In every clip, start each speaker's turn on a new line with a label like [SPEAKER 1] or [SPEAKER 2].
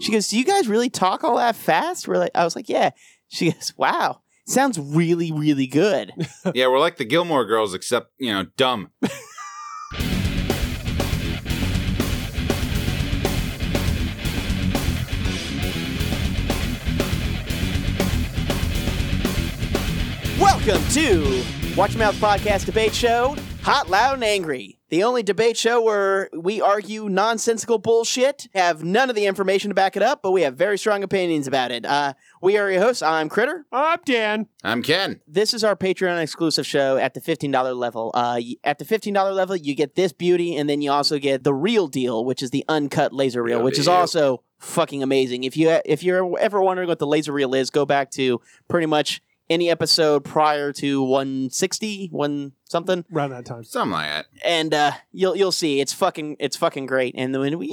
[SPEAKER 1] She goes, "Do you guys really talk all that fast?" We're like, I was like, "Yeah." She goes, "Wow, sounds really, really good."
[SPEAKER 2] yeah, we're like the Gilmore Girls, except you know, dumb.
[SPEAKER 1] Welcome to Watch Your Mouth Podcast Debate Show, Hot, Loud, and Angry. The only debate show where we argue nonsensical bullshit, have none of the information to back it up, but we have very strong opinions about it. Uh, we are your hosts. I'm Critter.
[SPEAKER 3] I'm Dan.
[SPEAKER 2] I'm Ken.
[SPEAKER 1] This is our Patreon exclusive show at the $15 level. Uh, y- at the $15 level, you get this beauty, and then you also get the real deal, which is the uncut laser reel,
[SPEAKER 2] Real
[SPEAKER 1] which is
[SPEAKER 2] deal.
[SPEAKER 1] also fucking amazing. If you if you're ever wondering what the laser reel is, go back to pretty much any episode prior to 160, one something,
[SPEAKER 3] Around that time.
[SPEAKER 2] Something like that.
[SPEAKER 1] and uh, you'll you'll see it's fucking it's fucking great. And when we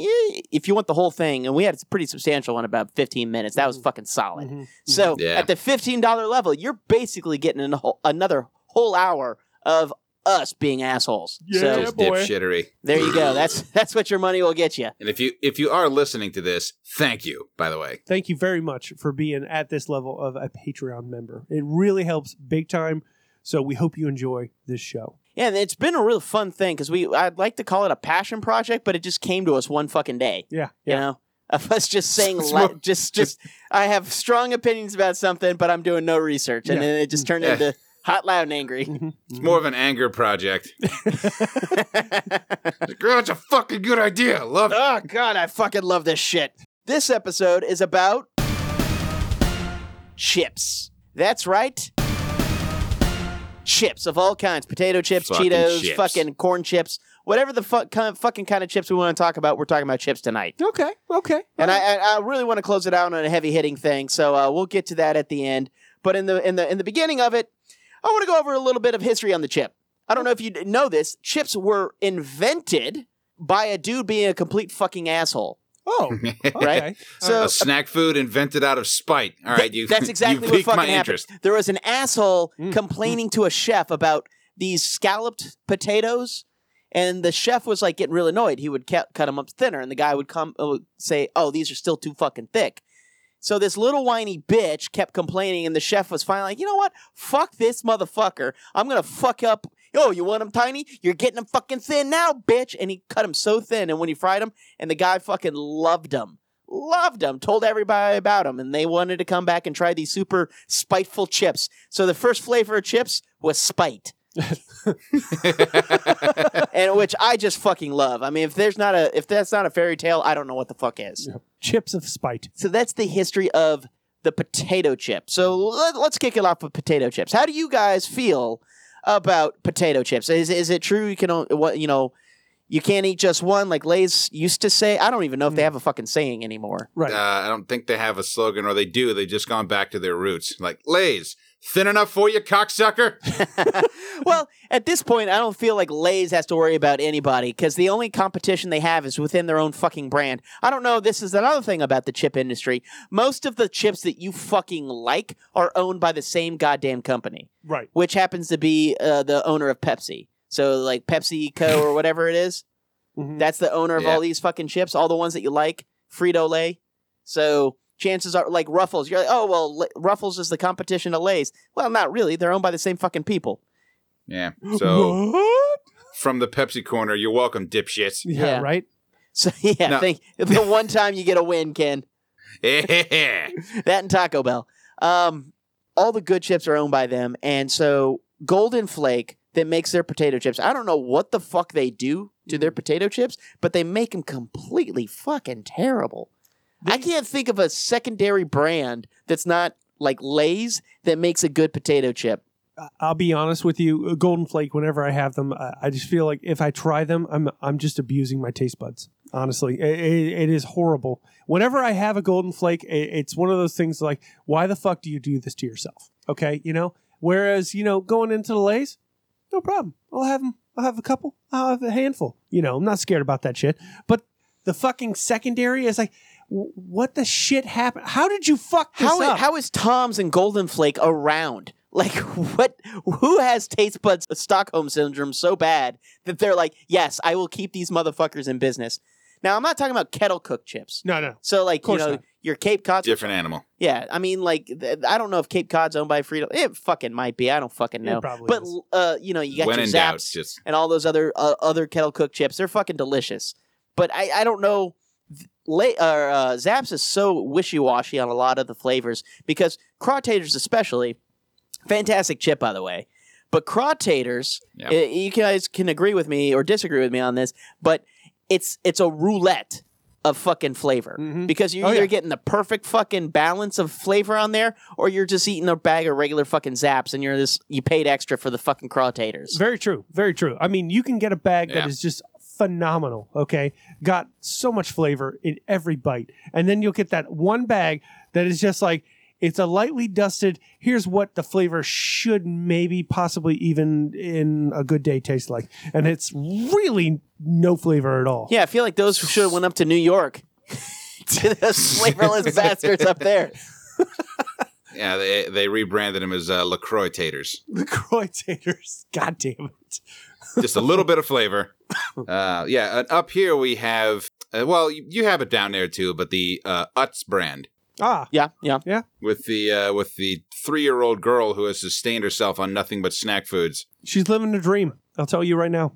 [SPEAKER 1] if you want the whole thing, and we had a pretty substantial one about 15 minutes. That was
[SPEAKER 2] Mm-hmm.
[SPEAKER 1] fucking solid.
[SPEAKER 3] Mhm.
[SPEAKER 1] So
[SPEAKER 2] Yeah.
[SPEAKER 1] at the fifteen dollar level, you're basically getting an whole, another whole hour of us being assholes.
[SPEAKER 3] Yeah,
[SPEAKER 1] So
[SPEAKER 2] Just
[SPEAKER 3] boy.
[SPEAKER 2] dipshittery.
[SPEAKER 1] there you go. That's that's what your money will get you.
[SPEAKER 2] And if you if you are listening to this, thank you. By the way,
[SPEAKER 3] Thank you very much for being at this level of a Patreon member. It really helps big time. So we hope you enjoy this show.
[SPEAKER 1] Yeah, and it's been a real fun thing because we I'd like to call it a passion project, but it just came to us one fucking day.
[SPEAKER 3] Yeah.
[SPEAKER 1] You know. Of us just saying,
[SPEAKER 2] It's
[SPEAKER 1] li-
[SPEAKER 2] more-
[SPEAKER 1] just, just, I have strong opinions about something, but I'm doing no research, and
[SPEAKER 3] Yeah.
[SPEAKER 1] then it just turned
[SPEAKER 2] Yeah.
[SPEAKER 1] into hot, loud, and angry.
[SPEAKER 3] Mhm.
[SPEAKER 2] it's more of an anger project. Like, "Oh, that's a fucking good idea. Love it.
[SPEAKER 1] Oh god, I fucking love this shit. This episode is about chips. That's right. Chips of all kinds, potato chips,
[SPEAKER 2] Fucking
[SPEAKER 1] Cheetos,
[SPEAKER 2] chips.
[SPEAKER 1] fucking corn chips, whatever the fuck kind fucking kind of chips we want to talk about, we're talking about chips tonight.
[SPEAKER 3] Okay. Okay.
[SPEAKER 1] And I, I, I really want to close it out on a heavy hitting thing, so uh, we'll get to that at the end. But in the in the in the beginning of it, I want to go over a little bit of history on the chip. I don't know if you d- know this. Chips were invented by a dude being a complete fucking asshole.
[SPEAKER 3] Oh. Okay.
[SPEAKER 1] Right? So-
[SPEAKER 3] Uh,
[SPEAKER 2] a snack food invented out of spite. All right, you.
[SPEAKER 1] that's exactly
[SPEAKER 2] you
[SPEAKER 1] what
[SPEAKER 2] piqued
[SPEAKER 1] fucking
[SPEAKER 2] my
[SPEAKER 1] happened.
[SPEAKER 2] interest.
[SPEAKER 1] There was an asshole
[SPEAKER 3] Mm.
[SPEAKER 1] complaining to a chef about these scalloped potatoes, and the chef was like getting real annoyed. He would ca- cut them up thinner, and the guy would come uh, would say, "Oh, these are still too fucking thick." So this little whiny bitch kept complaining, and the chef was finally like, "You know what? Fuck this motherfucker! I'm gonna fuck up." Oh, you want them tiny? You're getting them fucking thin now, bitch! And he cut them so thin, and when he fried them, and the guy fucking loved them loved them, told everybody about them, and they wanted to come back and try these super spiteful chips. So the first flavor of chips was spite, and which I just fucking love. I mean, if there's not a if that's not a fairy tale, I don't know what the fuck is.
[SPEAKER 3] yeah. Chips of spite.
[SPEAKER 1] So that's the history of the potato chip. So let, let's kick it off with potato chips. How do you guys feel about potato chips? Is is it true you can on- what you know? You can't eat just one, like Lay's used to say. I don't even know if they have a fucking saying anymore.
[SPEAKER 3] Right.
[SPEAKER 2] uh, I don't think they have a slogan, or they do. They've just gone back to their roots. Like Lay's thin enough for you, cocksucker.
[SPEAKER 1] well, at this point, I don't feel like Lay's has to worry about anybody because the only competition they have is within their own fucking brand. I don't know. This is another thing about the chip industry. Most of the chips that you fucking like are owned by the same goddamn company,
[SPEAKER 3] right.
[SPEAKER 1] which happens to be uh, the owner of Pepsi. So, like Pepsi Co. or whatever it is,
[SPEAKER 3] Mhm.
[SPEAKER 1] that's the owner of
[SPEAKER 2] Yeah.
[SPEAKER 1] all these fucking chips, all the ones that you like, Frito Lay. So chances are, like Ruffles, you're like, oh well, Le- Ruffles is the competition to Lay's. Well, not really. They're owned by the same fucking people.
[SPEAKER 2] Yeah. So
[SPEAKER 3] What?
[SPEAKER 2] from the Pepsi corner, you're welcome, dipshits.
[SPEAKER 3] Yeah,
[SPEAKER 1] Yeah.
[SPEAKER 3] Right.
[SPEAKER 1] So yeah,
[SPEAKER 2] No.
[SPEAKER 1] thank, the one time you get a win, Ken,
[SPEAKER 2] Yeah.
[SPEAKER 1] that and Taco Bell. Um, all the good chips are owned by them, and so Golden Flake that makes their potato chips. I don't know what the fuck they do to their potato chips, but they make them completely fucking terrible. I can't think of a secondary brand that's not like Lay's that makes a good potato chip.
[SPEAKER 3] I- I'll be honest with you. uh, Golden Flake. Whenever I have them, I, I just feel like if I try them, I'm I'm just abusing my taste buds. Honestly, I- I- it is horrible. Whenever I have a Golden Flake, i- it's one of those things like, why the fuck do you do this to yourself? Okay, you know. Whereas you know, going into the Lay's, no problem. I'll have them. I'll have a couple. I'll have a handful. You know, I'm not scared about that shit. But the fucking secondary is like, w- what the shit happened? How did you fuck this
[SPEAKER 1] How
[SPEAKER 3] up?
[SPEAKER 1] how is Tom's and Golden Flake around? Like what? Who has taste buds Stockholm syndrome so bad that they're like, yes, I will keep these motherfuckers in business. Now I'm not talking about kettle cooked chips.
[SPEAKER 3] No, no.
[SPEAKER 1] So like you
[SPEAKER 3] course
[SPEAKER 1] know
[SPEAKER 3] not.
[SPEAKER 1] your Cape Cod.
[SPEAKER 2] Different animal.
[SPEAKER 1] Yeah, I mean like th- I don't know if Cape Cod's owned by Frito. It fucking might be. I don't fucking
[SPEAKER 3] It
[SPEAKER 1] know.
[SPEAKER 3] probably
[SPEAKER 1] but
[SPEAKER 3] is.
[SPEAKER 1] uh, you know you got
[SPEAKER 2] when
[SPEAKER 1] your
[SPEAKER 2] in
[SPEAKER 1] Zaps
[SPEAKER 2] doubt, just
[SPEAKER 1] and all those other uh, other kettle cooked chips. They're fucking delicious. But I, I don't know. Late, uh, uh, Zaps is so wishy washy on a lot of the flavors because craw taters, especially, fantastic chip by the way. But craw taters,
[SPEAKER 2] Yeah.
[SPEAKER 1] i- you guys can agree with me or disagree with me on this, but it's it's a roulette of fucking flavor
[SPEAKER 3] Mhm.
[SPEAKER 1] because you're
[SPEAKER 3] Oh,
[SPEAKER 1] either
[SPEAKER 3] yeah.
[SPEAKER 1] getting the perfect fucking balance of flavor on there or you're just eating a bag of regular fucking Zaps and you're this you paid extra for the fucking craw taters.
[SPEAKER 3] Very true. Very true. I mean, you can get a bag
[SPEAKER 2] Yeah.
[SPEAKER 3] that is just phenomenal. Okay, got so much flavor in every bite, and then you'll get that one bag that is just like it's a lightly dusted. Here's what the flavor should maybe possibly even in a good day taste like, and it's really no flavor at all.
[SPEAKER 1] Yeah, I feel like those should have went up to New York. to those flavorless bastards up there.
[SPEAKER 2] yeah, they they rebranded them as uh, Lacroix taters.
[SPEAKER 3] The Croy taters. God damn it.
[SPEAKER 2] Just a little bit of flavor. Uh, yeah, and up here we have. Uh, well, you, you have it down there too, but the uh, Utz brand
[SPEAKER 3] Ah,
[SPEAKER 1] Yeah, yeah.
[SPEAKER 2] with the uh, with the three year old girl who has sustained herself on nothing but snack foods,
[SPEAKER 3] she's living a dream. I'll tell you right now.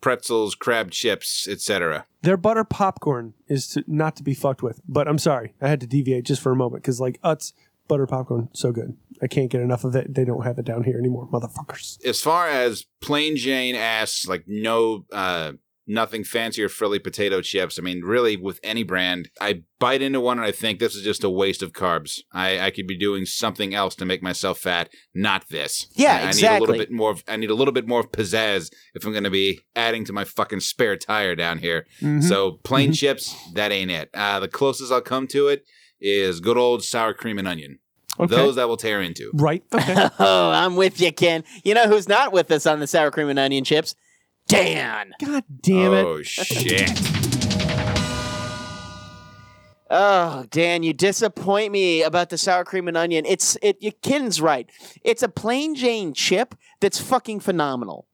[SPEAKER 2] pretzels, crab chips, etc.
[SPEAKER 3] Their butter popcorn is to, not to be fucked with. But I'm sorry, I had to deviate just for a moment because like Utz butter popcorn, so good. I can't get enough of it. They don't have it down here anymore, motherfuckers.
[SPEAKER 2] As far as plain Jane ass, like no. Uh, Nothing fancy or frilly potato chips. I mean, really, with any brand, I bite into one and I think this is just a waste of carbs. I, I could be doing something else to make myself fat, not this.
[SPEAKER 1] Yeah,
[SPEAKER 2] I- I need a
[SPEAKER 1] exactly.
[SPEAKER 2] little bit more. Of, I need a little bit more of pizzazz if I'm going to be adding to my fucking spare tire down here.
[SPEAKER 3] Mm-hmm.
[SPEAKER 2] So plain chips, that ain't it. Uh, the closest I'll come to it is good old sour cream and onion.
[SPEAKER 3] okay.
[SPEAKER 2] Those I will tear into.
[SPEAKER 3] right. Okay.
[SPEAKER 1] Oh, I'm with you, Ken. You know who's not with us on the sour cream and onion chips? Dan.
[SPEAKER 3] God damn it.
[SPEAKER 2] Oh shit!
[SPEAKER 1] Oh, Dan, you disappoint me about the sour cream and onion. It's it you Ken's right. It's a plain Jane chip that's fucking phenomenal.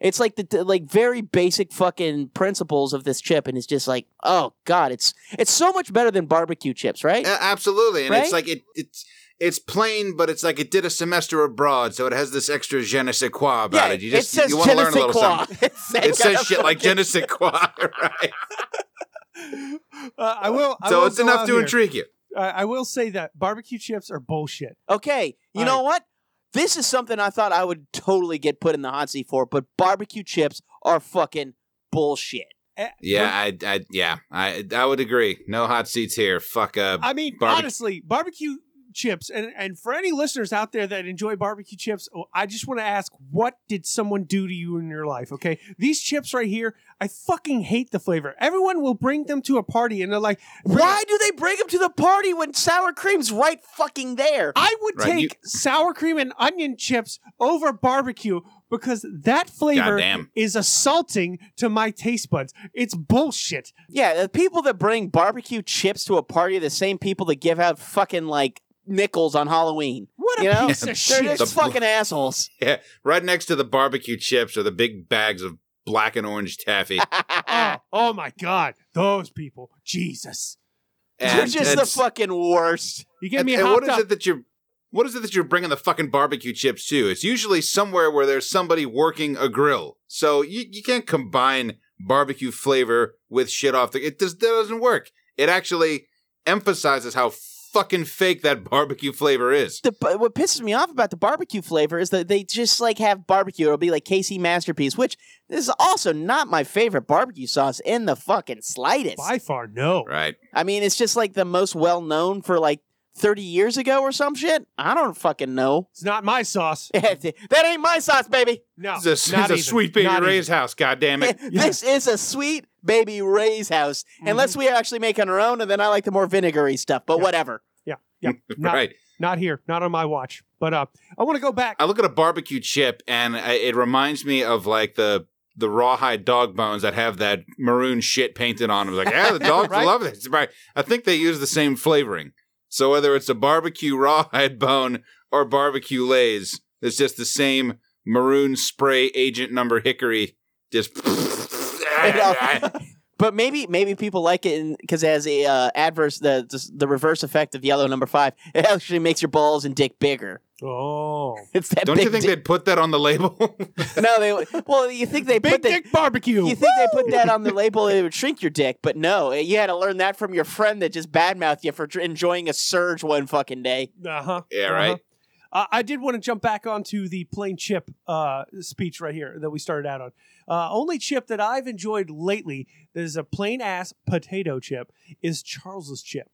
[SPEAKER 1] It's like the- the like very basic fucking principles of this chip, and it's just like, oh god, it's it's so much better than barbecue chips, right?
[SPEAKER 2] A- absolutely, and
[SPEAKER 1] Right?
[SPEAKER 2] it's like it, it's it's plain, but it's like it did a semester abroad, so it has this extra je ne sais quoi about it. You just
[SPEAKER 1] it says
[SPEAKER 2] you want to
[SPEAKER 1] je ne
[SPEAKER 2] learn a
[SPEAKER 1] sais
[SPEAKER 2] little
[SPEAKER 1] quoi.
[SPEAKER 2] something.
[SPEAKER 1] It says,
[SPEAKER 2] It says shit like je
[SPEAKER 1] fucking-
[SPEAKER 2] ne sais quoi, right?
[SPEAKER 3] Uh, I will. I
[SPEAKER 2] Oh. So
[SPEAKER 3] will
[SPEAKER 2] it's
[SPEAKER 3] go
[SPEAKER 2] enough
[SPEAKER 3] out
[SPEAKER 2] to
[SPEAKER 3] here.
[SPEAKER 2] intrigue you.
[SPEAKER 3] I, I will say that barbecue chips are bullshit.
[SPEAKER 1] Okay, you
[SPEAKER 3] All
[SPEAKER 1] know what? This is something I thought I would totally get put in the hot seat for, but barbecue chips are fucking bullshit.
[SPEAKER 3] Eh,
[SPEAKER 2] Yeah, I, I yeah, I I would agree. No hot seats here. Fuck up.
[SPEAKER 3] I mean,
[SPEAKER 2] Barbe-
[SPEAKER 3] honestly, barbecue chips, and, and for any listeners out there that enjoy barbecue chips, oh, I just want to ask, what did someone do to you in your life? Okay, these chips right here, I fucking hate the flavor. Everyone will bring them to a party, and they're like,
[SPEAKER 1] Why do they bring them to the party when sour cream's right fucking there?
[SPEAKER 3] I would
[SPEAKER 2] Right, you-
[SPEAKER 3] take sour cream and onion chips over barbecue because that flavor
[SPEAKER 2] Goddamn.
[SPEAKER 3] is assaulting to my taste buds. It's bullshit.
[SPEAKER 1] Yeah, the people that bring barbecue chips to a party are the same people that give out fucking like nickels on Halloween.
[SPEAKER 3] What a
[SPEAKER 1] You know?
[SPEAKER 3] piece of
[SPEAKER 1] They're
[SPEAKER 3] shit.
[SPEAKER 1] just
[SPEAKER 2] The-
[SPEAKER 1] fucking assholes.
[SPEAKER 2] Yeah, right next to the barbecue chips are the big bags of black and orange taffy.
[SPEAKER 3] oh,
[SPEAKER 1] ah.
[SPEAKER 3] oh my god, those people, Jesus.
[SPEAKER 1] You're
[SPEAKER 2] And
[SPEAKER 1] just the
[SPEAKER 2] it's-
[SPEAKER 1] fucking worst.
[SPEAKER 3] You get
[SPEAKER 2] and-
[SPEAKER 3] me
[SPEAKER 2] and what
[SPEAKER 3] hopped
[SPEAKER 2] is
[SPEAKER 3] up.
[SPEAKER 2] it that you're what is it that you're bringing the fucking barbecue chips to? It's usually somewhere where there's somebody working a grill. So you, you can't combine barbecue flavor with shit off the it just that doesn't work. It actually emphasizes how fucking fake that barbecue flavor is.
[SPEAKER 1] the but what pisses me off about the barbecue flavor is that they just like have barbecue. It'll be like KC Masterpiece, which is also not my favorite barbecue sauce in the fucking slightest.
[SPEAKER 3] By far, no.
[SPEAKER 2] Right.
[SPEAKER 1] I mean, it's just like the most well known for like 30 years ago or some shit. I don't fucking know.
[SPEAKER 3] It's not my sauce.
[SPEAKER 1] that ain't my sauce, baby.
[SPEAKER 3] No,
[SPEAKER 2] It's a, it's
[SPEAKER 3] not
[SPEAKER 2] a
[SPEAKER 3] even.
[SPEAKER 2] sweet baby
[SPEAKER 3] Not
[SPEAKER 2] Ray's house, goddammit.
[SPEAKER 1] This is a sweet baby Ray's house, unless we actually make on our own, and then I like the more vinegary stuff, but
[SPEAKER 3] Yeah.
[SPEAKER 1] whatever.
[SPEAKER 3] even. Yeah, Mm-hmm. not,
[SPEAKER 2] right.
[SPEAKER 3] not here, not on my watch. But uh, I want to go back.
[SPEAKER 2] I look at a barbecue chip and I, it reminds me of like the the rawhide dog bones that have that maroon shit painted on them. Like, yeah, the dogs
[SPEAKER 3] Right.
[SPEAKER 2] love this. Right. I think they use the same flavoring. So whether it's a barbecue rawhide bone or barbecue lays, it's just the same maroon spray agent number hickory. Just
[SPEAKER 1] You know? But maybe maybe people like it because it has a uh, adverse the, the the reverse effect of yellow number five. It actually makes your balls and dick bigger.
[SPEAKER 3] Oh,
[SPEAKER 1] It's that
[SPEAKER 2] Don't
[SPEAKER 1] big
[SPEAKER 2] you think
[SPEAKER 1] dick.
[SPEAKER 2] they'd put that on the label?
[SPEAKER 1] no, they well you think they
[SPEAKER 3] big
[SPEAKER 1] put that
[SPEAKER 3] dick barbecue.
[SPEAKER 1] you think they put that on the label it would shrink your dick, but no, eh, you had to learn that from your friend that just badmouthed you for dr- enjoying a surge one fucking day.
[SPEAKER 3] Uh huh.
[SPEAKER 2] Yeah, right.
[SPEAKER 3] Uh, I did want to jump back onto the plain chip uh, speech right here that we started out on. Uh, only chip that I've enjoyed lately that is a plain ass potato chip is Charles's chip.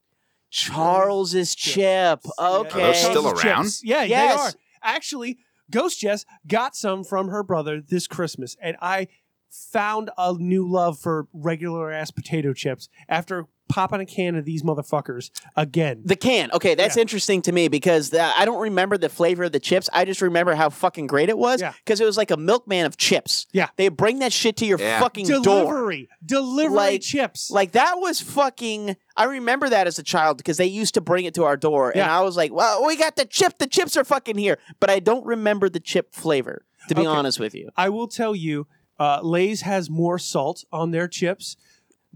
[SPEAKER 1] Charles's chip. Okay.
[SPEAKER 2] Are those still
[SPEAKER 3] Charles's
[SPEAKER 2] around?
[SPEAKER 3] chips. Yeah,
[SPEAKER 1] Yes.
[SPEAKER 3] they are. Actually, Ghost Jess got some from her brother this Christmas, and I found a new love for regular ass potato chips after popping a can of these motherfuckers again.
[SPEAKER 1] The can. Okay, that's
[SPEAKER 3] Yeah.
[SPEAKER 1] interesting to me because the, I don't remember the flavor of the chips. I just remember how fucking great it was
[SPEAKER 3] Yeah.
[SPEAKER 1] because it was like a milkman of chips.
[SPEAKER 3] Yeah.
[SPEAKER 1] They bring that shit to your
[SPEAKER 2] Yeah.
[SPEAKER 1] fucking door.
[SPEAKER 3] Delivery, delivery
[SPEAKER 1] Like-
[SPEAKER 3] chips.
[SPEAKER 1] Like that was fucking. I remember that as a child because they used to bring it to our door, and
[SPEAKER 3] Yeah.
[SPEAKER 1] I was like, "Well, we got the chip. The chips are fucking here," but I don't remember the chip flavor. To be
[SPEAKER 3] Okay.
[SPEAKER 1] honest with you,
[SPEAKER 3] I will tell you, uh, Lay's has more salt on their chips.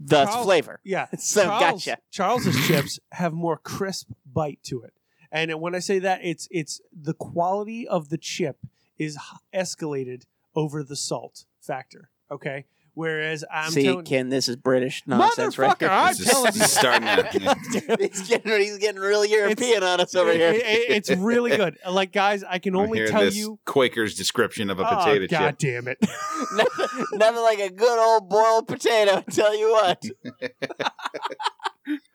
[SPEAKER 1] the
[SPEAKER 3] Charles-
[SPEAKER 1] flavor.
[SPEAKER 3] Yeah.
[SPEAKER 1] So
[SPEAKER 3] Charles-
[SPEAKER 1] gotcha.
[SPEAKER 3] Charles's chips have more crisp bite to it. And when I say that, it's it's the quality of the chip is h- escalated over the salt factor. Okay. Whereas I'm
[SPEAKER 1] See,
[SPEAKER 3] telling
[SPEAKER 1] Ken, this is British nonsense, right?
[SPEAKER 3] motherfucker, I'm
[SPEAKER 2] This is
[SPEAKER 3] telling you.
[SPEAKER 2] starting to-
[SPEAKER 1] he's, getting, he's getting really European on us over here.
[SPEAKER 3] It- it- it's really good. Like, guys, I can
[SPEAKER 2] I'm
[SPEAKER 3] only
[SPEAKER 2] hearing
[SPEAKER 3] tell
[SPEAKER 2] this
[SPEAKER 3] you.
[SPEAKER 2] Quaker's description of a
[SPEAKER 3] Oh,
[SPEAKER 2] potato chip.
[SPEAKER 3] God damn it.
[SPEAKER 1] nothing, nothing like a good old boiled potato. I tell you what.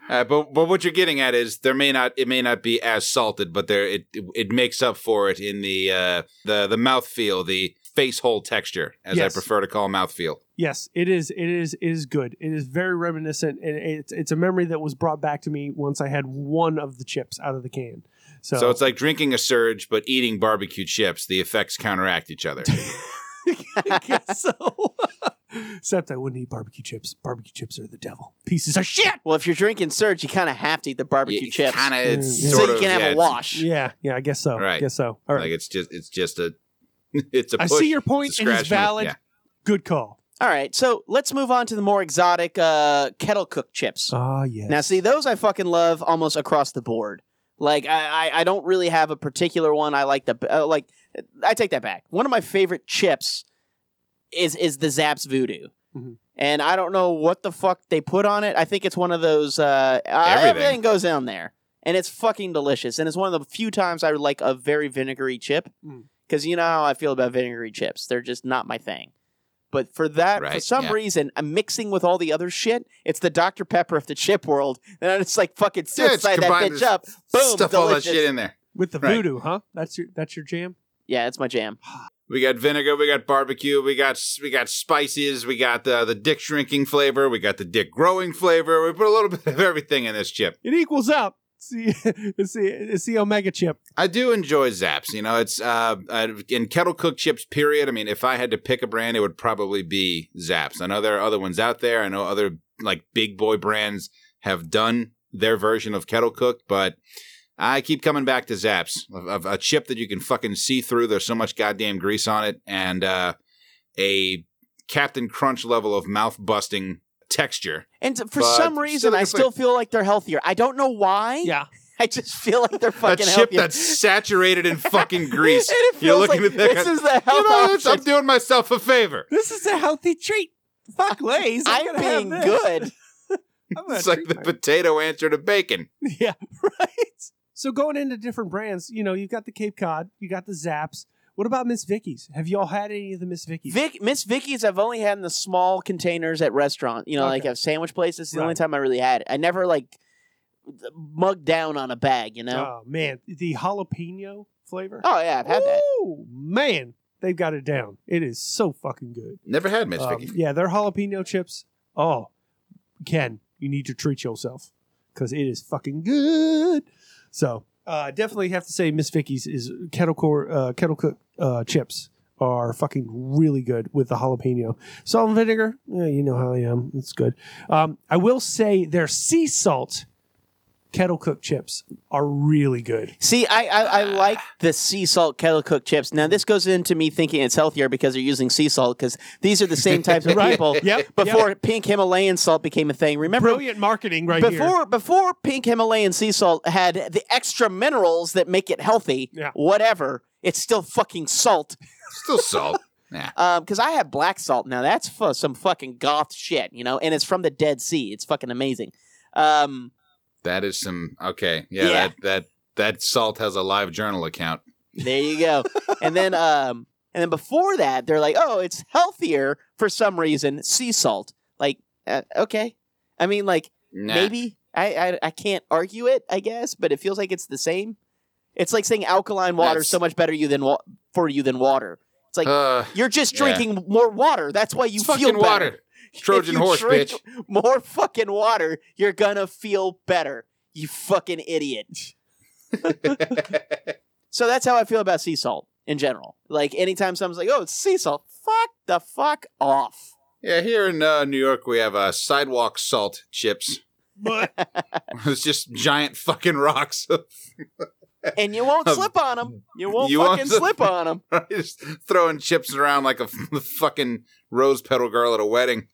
[SPEAKER 2] Uh, but but what you're getting at is there may not it may not be as salted, but there it it makes up for it in the uh, the the mouthfeel, the face hole texture, as
[SPEAKER 3] Yes.
[SPEAKER 2] I prefer to call mouthfeel.
[SPEAKER 3] Yes, it is. It is. It is good. It is very reminiscent, and it's it's a memory that was brought back to me once I had one of the chips out of the can. So,
[SPEAKER 2] So. it's like drinking a surge, but eating barbecue chips. The effects counteract each other.
[SPEAKER 3] I guess so. Except I wouldn't eat barbecue chips. Barbecue chips are the devil. Pieces of shit.
[SPEAKER 1] Well, if you're drinking surge, you kind of have to eat the barbecue chips,
[SPEAKER 2] Kind of,
[SPEAKER 3] Mm.
[SPEAKER 2] it's
[SPEAKER 3] So
[SPEAKER 1] so
[SPEAKER 2] sort
[SPEAKER 1] you
[SPEAKER 2] of
[SPEAKER 1] can
[SPEAKER 2] yeah,
[SPEAKER 1] have a
[SPEAKER 2] it's-
[SPEAKER 1] wash.
[SPEAKER 3] Yeah, yeah. I guess so.
[SPEAKER 2] Right.
[SPEAKER 3] Guess so. All
[SPEAKER 2] Like
[SPEAKER 3] right.
[SPEAKER 2] it's just it's just a it's a.
[SPEAKER 3] I
[SPEAKER 2] push.
[SPEAKER 3] see your point.
[SPEAKER 2] It's
[SPEAKER 3] It is
[SPEAKER 2] scratching.
[SPEAKER 3] valid.
[SPEAKER 2] Yeah.
[SPEAKER 3] Good call.
[SPEAKER 1] All right, so let's move on to the more exotic uh, kettle cooked chips.
[SPEAKER 3] Ah, yes.
[SPEAKER 1] Now, see, those I fucking love almost across the board. Like, I, I, I don't really have a particular one. I like the uh, like. I take that back. One of my favorite chips is is the Zaps Voodoo,
[SPEAKER 3] Mhm.
[SPEAKER 1] and I don't know what the fuck they put on it. I think it's one of those. Uh, uh,
[SPEAKER 2] Everything.
[SPEAKER 1] everything goes down there, and it's fucking delicious. And it's one of the few times I like a very vinegary chip
[SPEAKER 3] Mm.
[SPEAKER 1] because you know how I feel about vinegary chips. They're just not my thing. But for that, for
[SPEAKER 2] Right,
[SPEAKER 1] some
[SPEAKER 2] yeah.
[SPEAKER 1] reason, I'm mixing with all the other shit. It's the Dr. Pepper of the chip world. And I'm just like, fucking
[SPEAKER 2] Yeah,
[SPEAKER 1] suicide
[SPEAKER 2] it's
[SPEAKER 1] that
[SPEAKER 2] combined
[SPEAKER 1] bitch
[SPEAKER 2] this-
[SPEAKER 1] up. Boom,
[SPEAKER 2] Stuff all that
[SPEAKER 1] delicious.
[SPEAKER 2] shit in there.
[SPEAKER 3] with the
[SPEAKER 2] Right.
[SPEAKER 3] voodoo, huh? That's your that's your jam.
[SPEAKER 1] Yeah, it's my jam.
[SPEAKER 2] We got vinegar, we got barbecue, we got we got spices, we got the the dick shrinking flavor, we got the dick growing flavor. We put a little bit of everything in this chip.
[SPEAKER 3] It equals out. See, it's the it's the omega chip.
[SPEAKER 2] I do enjoy Zaps. You know, it's uh, uh in kettle cooked chips. Period. I mean, if I had to pick a brand, it would probably be Zaps. I know there are other ones out there. I know other like big boy brands have done their version of kettle cooked, but I keep coming back to Zaps, of, of a chip that you can fucking see through. There's so much goddamn grease on it, and uh, a Captain Crunch level of mouth busting texture.
[SPEAKER 1] And for
[SPEAKER 2] But
[SPEAKER 1] some
[SPEAKER 2] still
[SPEAKER 1] reason,
[SPEAKER 2] a
[SPEAKER 1] I
[SPEAKER 2] good
[SPEAKER 1] still feel like they're healthier. I don't know why.
[SPEAKER 3] Yeah.
[SPEAKER 1] I just feel like they're
[SPEAKER 2] A
[SPEAKER 1] fucking
[SPEAKER 2] chip
[SPEAKER 1] healthier.
[SPEAKER 2] that's saturated in fucking grease.
[SPEAKER 1] And it
[SPEAKER 2] You're
[SPEAKER 1] feels
[SPEAKER 2] looking
[SPEAKER 1] like
[SPEAKER 2] at that.
[SPEAKER 1] this
[SPEAKER 2] guy-
[SPEAKER 1] is the
[SPEAKER 2] You
[SPEAKER 1] health
[SPEAKER 2] know, it's- I'm
[SPEAKER 1] option.
[SPEAKER 2] doing myself a favor.
[SPEAKER 3] This is a healthy treat. Fuck Lay's.
[SPEAKER 1] I'm
[SPEAKER 3] gonna have
[SPEAKER 1] being
[SPEAKER 3] this.
[SPEAKER 1] good.
[SPEAKER 3] I'm gonna
[SPEAKER 2] It's like
[SPEAKER 3] treat
[SPEAKER 2] the
[SPEAKER 3] my-
[SPEAKER 2] potato answer to bacon.
[SPEAKER 3] Yeah, right. So going into different brands, you know, you've got the Cape Cod, you got the Zaps. What about Miss Vicky's? Have y'all had any of the Miss Vicky's?
[SPEAKER 1] Vic, Miss Vicky's I've only had in the small containers at restaurants, you know, like
[SPEAKER 3] Okay.
[SPEAKER 1] at sandwich places. It's the only
[SPEAKER 3] Right.
[SPEAKER 1] time I really had it. I never like mugged down on a bag, you know.
[SPEAKER 3] Oh man, the jalapeno flavor.
[SPEAKER 1] oh yeah, I've had that.
[SPEAKER 3] Ooh, man, they've got it down. It is so fucking good.
[SPEAKER 2] Never had Miss
[SPEAKER 3] Um,
[SPEAKER 2] Vicky.
[SPEAKER 3] yeah, their jalapeno chips. Oh, Ken, you need to treat yourself because it is fucking good. So uh, definitely have to say Miss Vicky's is kettle core uh, kettle cook uh, chips are fucking really good with the jalapeno salt and vinegar. Yeah, you know how I am. It's good. Um, I will say their sea salt kettle cooked chips are really good.
[SPEAKER 1] See, I, I, I
[SPEAKER 3] Ah.
[SPEAKER 1] like the sea salt kettle cooked chips. Now, this goes into me thinking it's healthier because they're using sea salt because these are the same types of
[SPEAKER 3] Right.
[SPEAKER 1] people.
[SPEAKER 3] Yep.
[SPEAKER 1] Before pink Himalayan salt became a thing. Remember,
[SPEAKER 3] Brilliant marketing right here.
[SPEAKER 1] before before pink Himalayan sea salt had the extra minerals that make it healthy,
[SPEAKER 3] Yeah.
[SPEAKER 1] whatever, it's still fucking salt.
[SPEAKER 2] Still salt. Nah.
[SPEAKER 1] Because Um, I have black salt now. That's fu- some fucking goth shit, you know. And it's from the Dead Sea. It's fucking amazing. Um,
[SPEAKER 2] That is some okay. Yeah,
[SPEAKER 1] Yeah.
[SPEAKER 2] That, that that salt has a live journal account.
[SPEAKER 1] There you go. and then um and then before that, they're like, oh, it's healthier for some reason. Sea salt. Like, uh, okay. I mean, like
[SPEAKER 2] Nah.
[SPEAKER 1] maybe I, I I can't argue it. I guess, but it feels like it's the same. It's like saying alkaline water is
[SPEAKER 2] That's-
[SPEAKER 1] so much better you than wa- for you than water. like-
[SPEAKER 2] uh,
[SPEAKER 1] You're just
[SPEAKER 2] Yeah.
[SPEAKER 1] drinking more water. That's why you
[SPEAKER 2] it's
[SPEAKER 1] feel
[SPEAKER 2] fucking
[SPEAKER 1] better.
[SPEAKER 2] water. Trojan
[SPEAKER 1] If you
[SPEAKER 2] horse,
[SPEAKER 1] drink
[SPEAKER 2] bitch.
[SPEAKER 1] More fucking water. You're gonna feel better. You fucking idiot. So that's how I feel about sea salt in general. Like anytime someone's like, "Oh, it's sea salt," fuck the fuck off.
[SPEAKER 2] yeah, here in uh, New York, we have uh, sidewalk salt chips.
[SPEAKER 3] But
[SPEAKER 2] it's just giant fucking rocks.
[SPEAKER 1] And you won't slip on them. You won't
[SPEAKER 2] Um, You won't
[SPEAKER 1] fucking
[SPEAKER 2] slip-
[SPEAKER 1] slip on them.
[SPEAKER 2] just throwing chips around like a f- fucking rose petal girl at a wedding.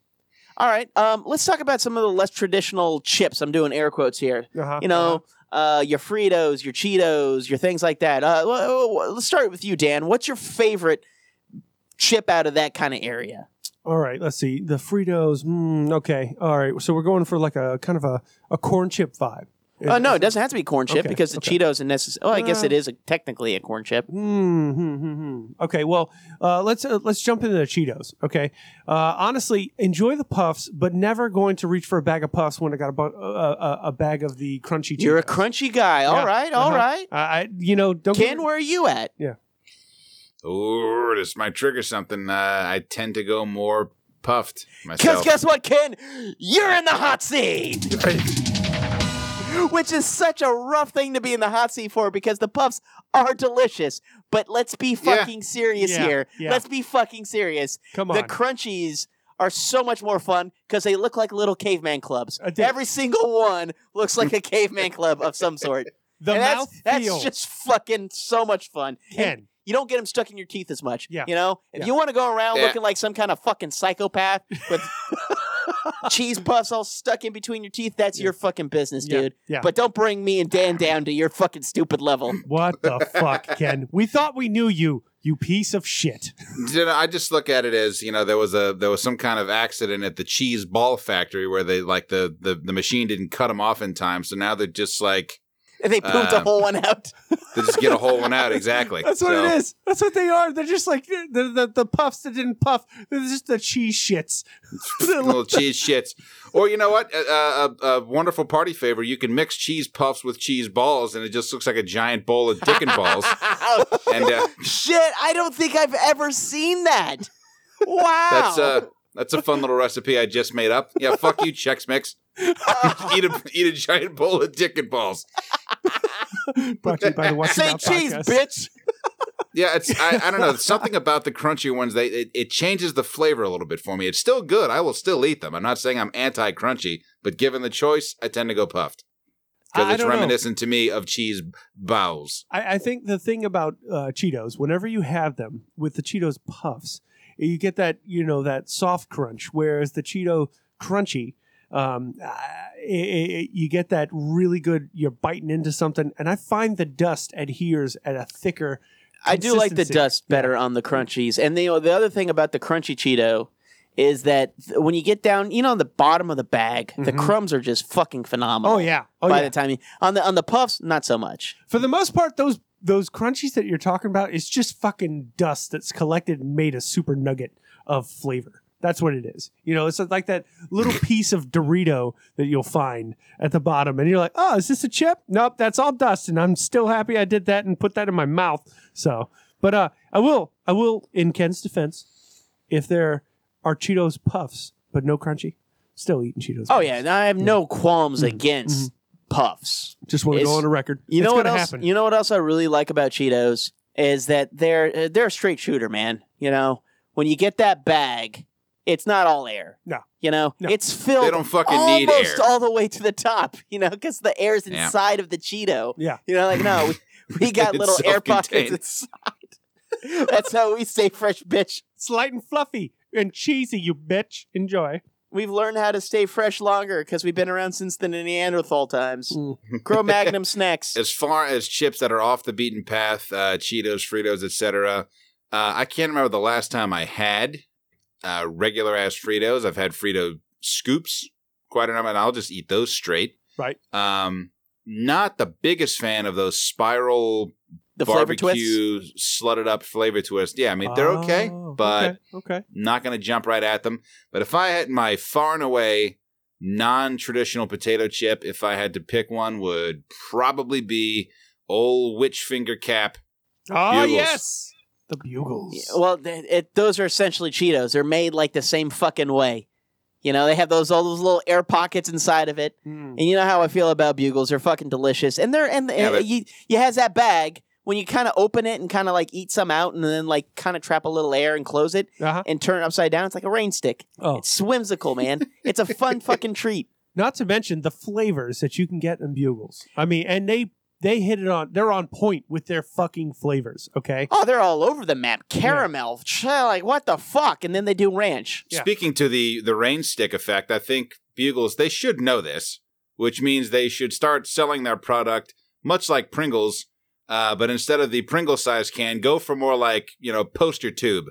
[SPEAKER 1] All right, um, let's talk about some of the less traditional chips. I'm doing air quotes here.
[SPEAKER 3] Uh-huh.
[SPEAKER 1] You know, uh, your Fritos, your Cheetos, your things like that. Uh, wh- wh- wh- let's start with you, Dan. What's your favorite chip out of that kind of area?
[SPEAKER 3] All right, let's see. The Fritos. Mm, okay. All right. So we're going for like a kind of a, a corn chip vibe.
[SPEAKER 1] Oh no, it doesn't have to be corn chip
[SPEAKER 3] Okay,
[SPEAKER 1] because the
[SPEAKER 3] okay.
[SPEAKER 1] Cheetos and necess- Oh, I guess
[SPEAKER 3] Uh,
[SPEAKER 1] it is a, technically a corn chip.
[SPEAKER 3] Hmm, hmm, hmm, hmm. Okay. Well, uh, let's uh, let's jump into the Cheetos. Okay. Uh, honestly, enjoy the puffs, but never going to reach for a bag of puffs when I got a, bu- a, a, a bag of the crunchy.
[SPEAKER 1] You're a
[SPEAKER 3] Cheetos.
[SPEAKER 1] crunchy guy. All
[SPEAKER 3] Yeah,
[SPEAKER 1] right, all
[SPEAKER 3] uh-huh.
[SPEAKER 1] right.
[SPEAKER 3] I, I you know don't get-
[SPEAKER 1] Ken, where are you at?
[SPEAKER 2] Oh, this might trigger something. Uh, I tend to go more puffed
[SPEAKER 1] Because
[SPEAKER 2] myself.
[SPEAKER 1] guess what, Ken? You're in the hot seat! Which is such a rough thing to be in the hot seat for because the puffs are delicious. But let's be
[SPEAKER 2] Yeah.
[SPEAKER 1] fucking serious
[SPEAKER 3] Yeah,
[SPEAKER 1] here.
[SPEAKER 3] yeah.
[SPEAKER 1] Let's be fucking serious.
[SPEAKER 3] come
[SPEAKER 1] The
[SPEAKER 3] on.
[SPEAKER 1] crunchies are so much more fun because they look like little caveman clubs.
[SPEAKER 3] I did-
[SPEAKER 1] Every single one looks like a caveman club of some sort.
[SPEAKER 3] the
[SPEAKER 1] and
[SPEAKER 3] mouth
[SPEAKER 1] that's,
[SPEAKER 3] feel.
[SPEAKER 1] that's just fucking so much fun. And
[SPEAKER 3] Ken.
[SPEAKER 1] you don't get them stuck in your teeth as much.
[SPEAKER 3] Yeah.
[SPEAKER 1] You know, if
[SPEAKER 3] Yeah.
[SPEAKER 1] you want to go around
[SPEAKER 2] Yeah.
[SPEAKER 1] looking like some kind of fucking psychopath with cheese puffs all stuck in between your teeth, that's
[SPEAKER 3] Yeah.
[SPEAKER 1] your fucking business,
[SPEAKER 3] Yeah,
[SPEAKER 1] dude.
[SPEAKER 3] yeah.
[SPEAKER 1] But don't bring me and Dan down to your fucking stupid level.
[SPEAKER 3] What the fuck, Ken? We thought we knew you. You piece of shit.
[SPEAKER 2] You know, I just look at it as you know there was a there was some kind of accident at the cheese ball factory where they like the the, the machine didn't cut them off in time, so now they're just like
[SPEAKER 1] And they pooped a
[SPEAKER 2] Um,
[SPEAKER 1] whole one out.
[SPEAKER 2] they just get a whole one out exactly.
[SPEAKER 3] That's what
[SPEAKER 2] So,
[SPEAKER 3] it is. That's what they are. They're just like the the, the puffs that didn't puff. They're just the cheese shits.
[SPEAKER 2] Little cheese shits, or you know what? A, a, a wonderful party favor. You can mix cheese puffs with cheese balls, and it just looks like a giant bowl of dick and balls. And uh,
[SPEAKER 1] Shit, I don't think I've ever seen that. Wow.
[SPEAKER 2] that's uh that's a fun little recipe I just made up. Yeah, fuck you, Chex Mix. eat a eat a giant bowl of dick and balls.
[SPEAKER 3] Brought to you by the What's
[SPEAKER 1] Say
[SPEAKER 3] About
[SPEAKER 1] cheese,
[SPEAKER 3] podcast.
[SPEAKER 1] bitch.
[SPEAKER 2] Yeah, it's I, I don't know something about the crunchy ones. They it, it changes the flavor a little bit for me. It's still good. I will still eat them. I'm not saying I'm anti crunchy, but given the choice, I tend to go puffed
[SPEAKER 3] I- I
[SPEAKER 2] because it's
[SPEAKER 3] don't know.
[SPEAKER 2] reminiscent to me of cheese bowls.
[SPEAKER 3] I, I think the thing about uh, Cheetos, whenever you have them with the Cheetos puffs, you get that you know that soft crunch, whereas the Cheeto crunchy, um, uh, it, it- you get that really good. You're biting into something, and I find the dust adheres at a thicker.
[SPEAKER 1] I do like the
[SPEAKER 3] consistency.
[SPEAKER 1] dust better on the crunchies. And the the other thing about the crunchy Cheeto is that th- when you get down, you know, on the bottom of the bag, the
[SPEAKER 3] Mhm.
[SPEAKER 1] crumbs are just fucking phenomenal.
[SPEAKER 3] Oh yeah, oh
[SPEAKER 1] by
[SPEAKER 3] yeah.
[SPEAKER 1] the time you on the on the puffs, not so much.
[SPEAKER 3] For the most part, those those crunchies that you're talking about is just fucking dust that's collected and made a super nugget of flavor. That's what it is. You know, it's like that little piece of Dorito that you'll find at the bottom, and you're like, "Oh, is this a chip? Nope, that's all dust." And I'm still happy I did that and put that in my mouth. So, but uh, I will, I will, in Ken's defense, if there are Cheetos puffs but no crunchy, still eating Cheetos.
[SPEAKER 1] Oh
[SPEAKER 3] Puffs.
[SPEAKER 1] yeah, and I
[SPEAKER 3] Mm-hmm.
[SPEAKER 1] have no qualms against puffs.
[SPEAKER 3] just want to go
[SPEAKER 1] It's-
[SPEAKER 3] on a record.
[SPEAKER 1] You
[SPEAKER 3] Mm-hmm. It's
[SPEAKER 1] know what
[SPEAKER 3] gonna
[SPEAKER 1] else?
[SPEAKER 3] happen.
[SPEAKER 1] You know what else I really like about Cheetos is that they're uh, they're a straight shooter, man. You know, when you get that bag it's not all air.
[SPEAKER 3] No.
[SPEAKER 1] You know,
[SPEAKER 3] No.
[SPEAKER 1] it's filled
[SPEAKER 2] They don't fucking
[SPEAKER 1] almost
[SPEAKER 2] need air.
[SPEAKER 1] all the way to the top, you know, because the air's
[SPEAKER 2] Yeah.
[SPEAKER 1] inside of the Cheeto.
[SPEAKER 3] Yeah.
[SPEAKER 1] You know, like, no, we, we got
[SPEAKER 2] It's
[SPEAKER 1] little air pockets
[SPEAKER 2] self-contained.
[SPEAKER 1] inside. That's how we say fresh, bitch.
[SPEAKER 3] It's light and fluffy and cheesy, you bitch. Enjoy.
[SPEAKER 1] We've learned how to stay fresh longer because we've been around since the Neanderthal times.
[SPEAKER 3] Mm.
[SPEAKER 1] Cro Magnum snacks.
[SPEAKER 2] as far as chips that are off the beaten path, uh, Cheetos, Fritos, etc. Uh, I can't remember the last time I had uh, regular ass Fritos. I've had Frito scoops quite a number, and I'll just eat those straight.
[SPEAKER 3] Right.
[SPEAKER 2] Um, not the biggest fan of those spiral
[SPEAKER 1] The flavor twists.
[SPEAKER 2] barbecue slutted up flavor twist. Yeah, I mean they're okay,
[SPEAKER 3] Oh,
[SPEAKER 2] but
[SPEAKER 3] okay. okay.
[SPEAKER 2] not going to jump right at them. But if I had my far and away non traditional potato chip, if I had to pick one, would probably be old witch finger cap.
[SPEAKER 3] Oh
[SPEAKER 2] Bugles.
[SPEAKER 3] yes, the bugles.
[SPEAKER 1] Yeah, Well, th- it, those are essentially Cheetos. They're made like the same fucking way. You know, they have those all those little air pockets inside of it.
[SPEAKER 3] Mm.
[SPEAKER 1] And you know how I feel about bugles. They're fucking delicious. And they're and,
[SPEAKER 2] Yeah,
[SPEAKER 1] and
[SPEAKER 2] but-
[SPEAKER 1] you you has that bag when you kind of open it and kind of like eat some out and then like kind of trap a little air and close it
[SPEAKER 3] Uh-huh.
[SPEAKER 1] and turn it upside down. It's like a rain stick.
[SPEAKER 3] Oh.
[SPEAKER 1] It's whimsical, man. it's a fun fucking treat.
[SPEAKER 3] Not to mention the flavors that you can get in bugles. I mean, and they they hit it on. They're on point with their fucking flavors. Okay.
[SPEAKER 1] Oh, they're all over the map. Caramel, ch- like what the fuck? And then they do ranch.
[SPEAKER 3] Yeah.
[SPEAKER 2] Speaking to the the rain stick effect, I think Bugles they should know this, which means they should start selling their product much like Pringles, uh, but instead of the Pringle size can, go for more like you know poster tube.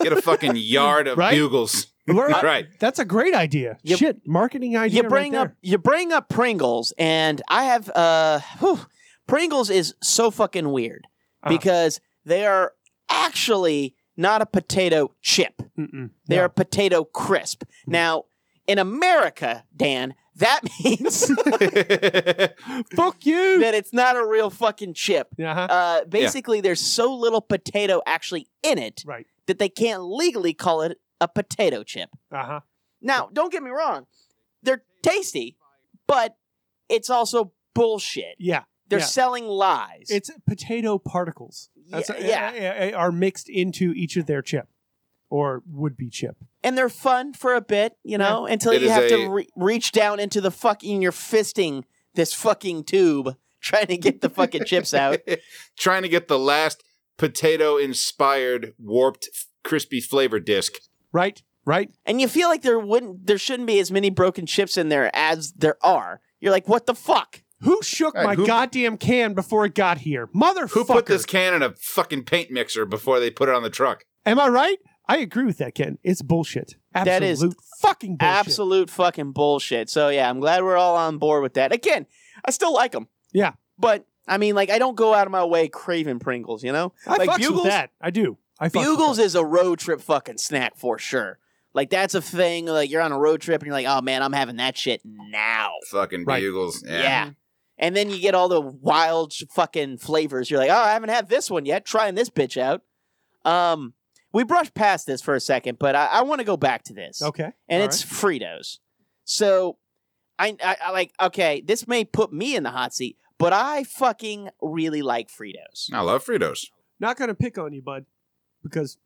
[SPEAKER 2] Get a fucking yard of
[SPEAKER 3] Right?
[SPEAKER 2] Bugles.
[SPEAKER 3] Right.
[SPEAKER 2] right.
[SPEAKER 3] That's a great idea.
[SPEAKER 1] You-
[SPEAKER 3] Shit, marketing idea.
[SPEAKER 1] you bring
[SPEAKER 3] right
[SPEAKER 1] up you bring up Pringles, and I have uh, whew, Pringles is so fucking weird
[SPEAKER 3] Ah.
[SPEAKER 1] because they are actually not a potato chip;
[SPEAKER 3] there. Mm-mm.
[SPEAKER 1] they
[SPEAKER 3] No.
[SPEAKER 1] are a potato crisp. Now, in America, Dan, that means
[SPEAKER 3] fuck you.
[SPEAKER 1] that it's not a real fucking chip.
[SPEAKER 3] Uh-huh.
[SPEAKER 1] Uh, basically, there's so little potato actually in it
[SPEAKER 3] Right.
[SPEAKER 1] that they can't legally call it a potato chip.
[SPEAKER 3] Uh huh.
[SPEAKER 1] Now, don't get me wrong, they're tasty, but it's also bullshit.
[SPEAKER 3] Yeah.
[SPEAKER 1] They're
[SPEAKER 3] Yeah.
[SPEAKER 1] selling lies.
[SPEAKER 3] It's potato particles.
[SPEAKER 1] yeah,
[SPEAKER 3] That's a-
[SPEAKER 1] yeah.
[SPEAKER 3] a- a- a- are mixed into each of their chip, or would be chip.
[SPEAKER 1] and they're fun for a bit, you know, until
[SPEAKER 2] It
[SPEAKER 1] you
[SPEAKER 2] is
[SPEAKER 1] have to
[SPEAKER 2] a-
[SPEAKER 1] re- reach down into the fucking you're fisting this fucking tube trying to get the fucking chips out.
[SPEAKER 2] Trying to get the last potato inspired warped f- crispy flavor disc.
[SPEAKER 3] Right. Right.
[SPEAKER 1] And you feel like there wouldn't there shouldn't be as many broken chips in there as there are. You're like, "What the fuck?"
[SPEAKER 3] Who shook
[SPEAKER 2] Right,
[SPEAKER 3] my
[SPEAKER 2] who-
[SPEAKER 3] goddamn can before it got here? Motherfucker.
[SPEAKER 2] Who put this can in a fucking paint mixer before they put it on the truck?
[SPEAKER 3] Am I right? I agree with that, Ken. It's bullshit. Absolute
[SPEAKER 1] That is
[SPEAKER 3] fucking bullshit.
[SPEAKER 1] Absolute fucking bullshit. So yeah, I'm glad we're all on board with that. Again, I still like them.
[SPEAKER 3] Yeah.
[SPEAKER 1] But I mean, like, I don't go out of my way craving Pringles, you know?
[SPEAKER 3] I
[SPEAKER 1] like
[SPEAKER 3] fucks with that. I do. I fucks with
[SPEAKER 1] Bugles
[SPEAKER 3] that.
[SPEAKER 1] is a road trip fucking snack for sure. Like that's a thing. Like you're on a road trip and you're like, oh man, I'm having that shit now.
[SPEAKER 2] Fucking
[SPEAKER 3] Right.
[SPEAKER 2] bugles.
[SPEAKER 1] Yeah.
[SPEAKER 2] Yeah.
[SPEAKER 1] And then you get all the wild sh- fucking flavors. You're like, oh, I haven't had this one yet. Trying this bitch out. Um, we brushed past this for a second, but I, I want to go back to this
[SPEAKER 3] okay.
[SPEAKER 1] and
[SPEAKER 3] Oh, All
[SPEAKER 1] it's Fritos. So I, I, I like okay, this may put me in the hot seat, but I fucking really like Fritos.
[SPEAKER 2] I love Fritos.
[SPEAKER 3] Not gonna pick on you, bud, because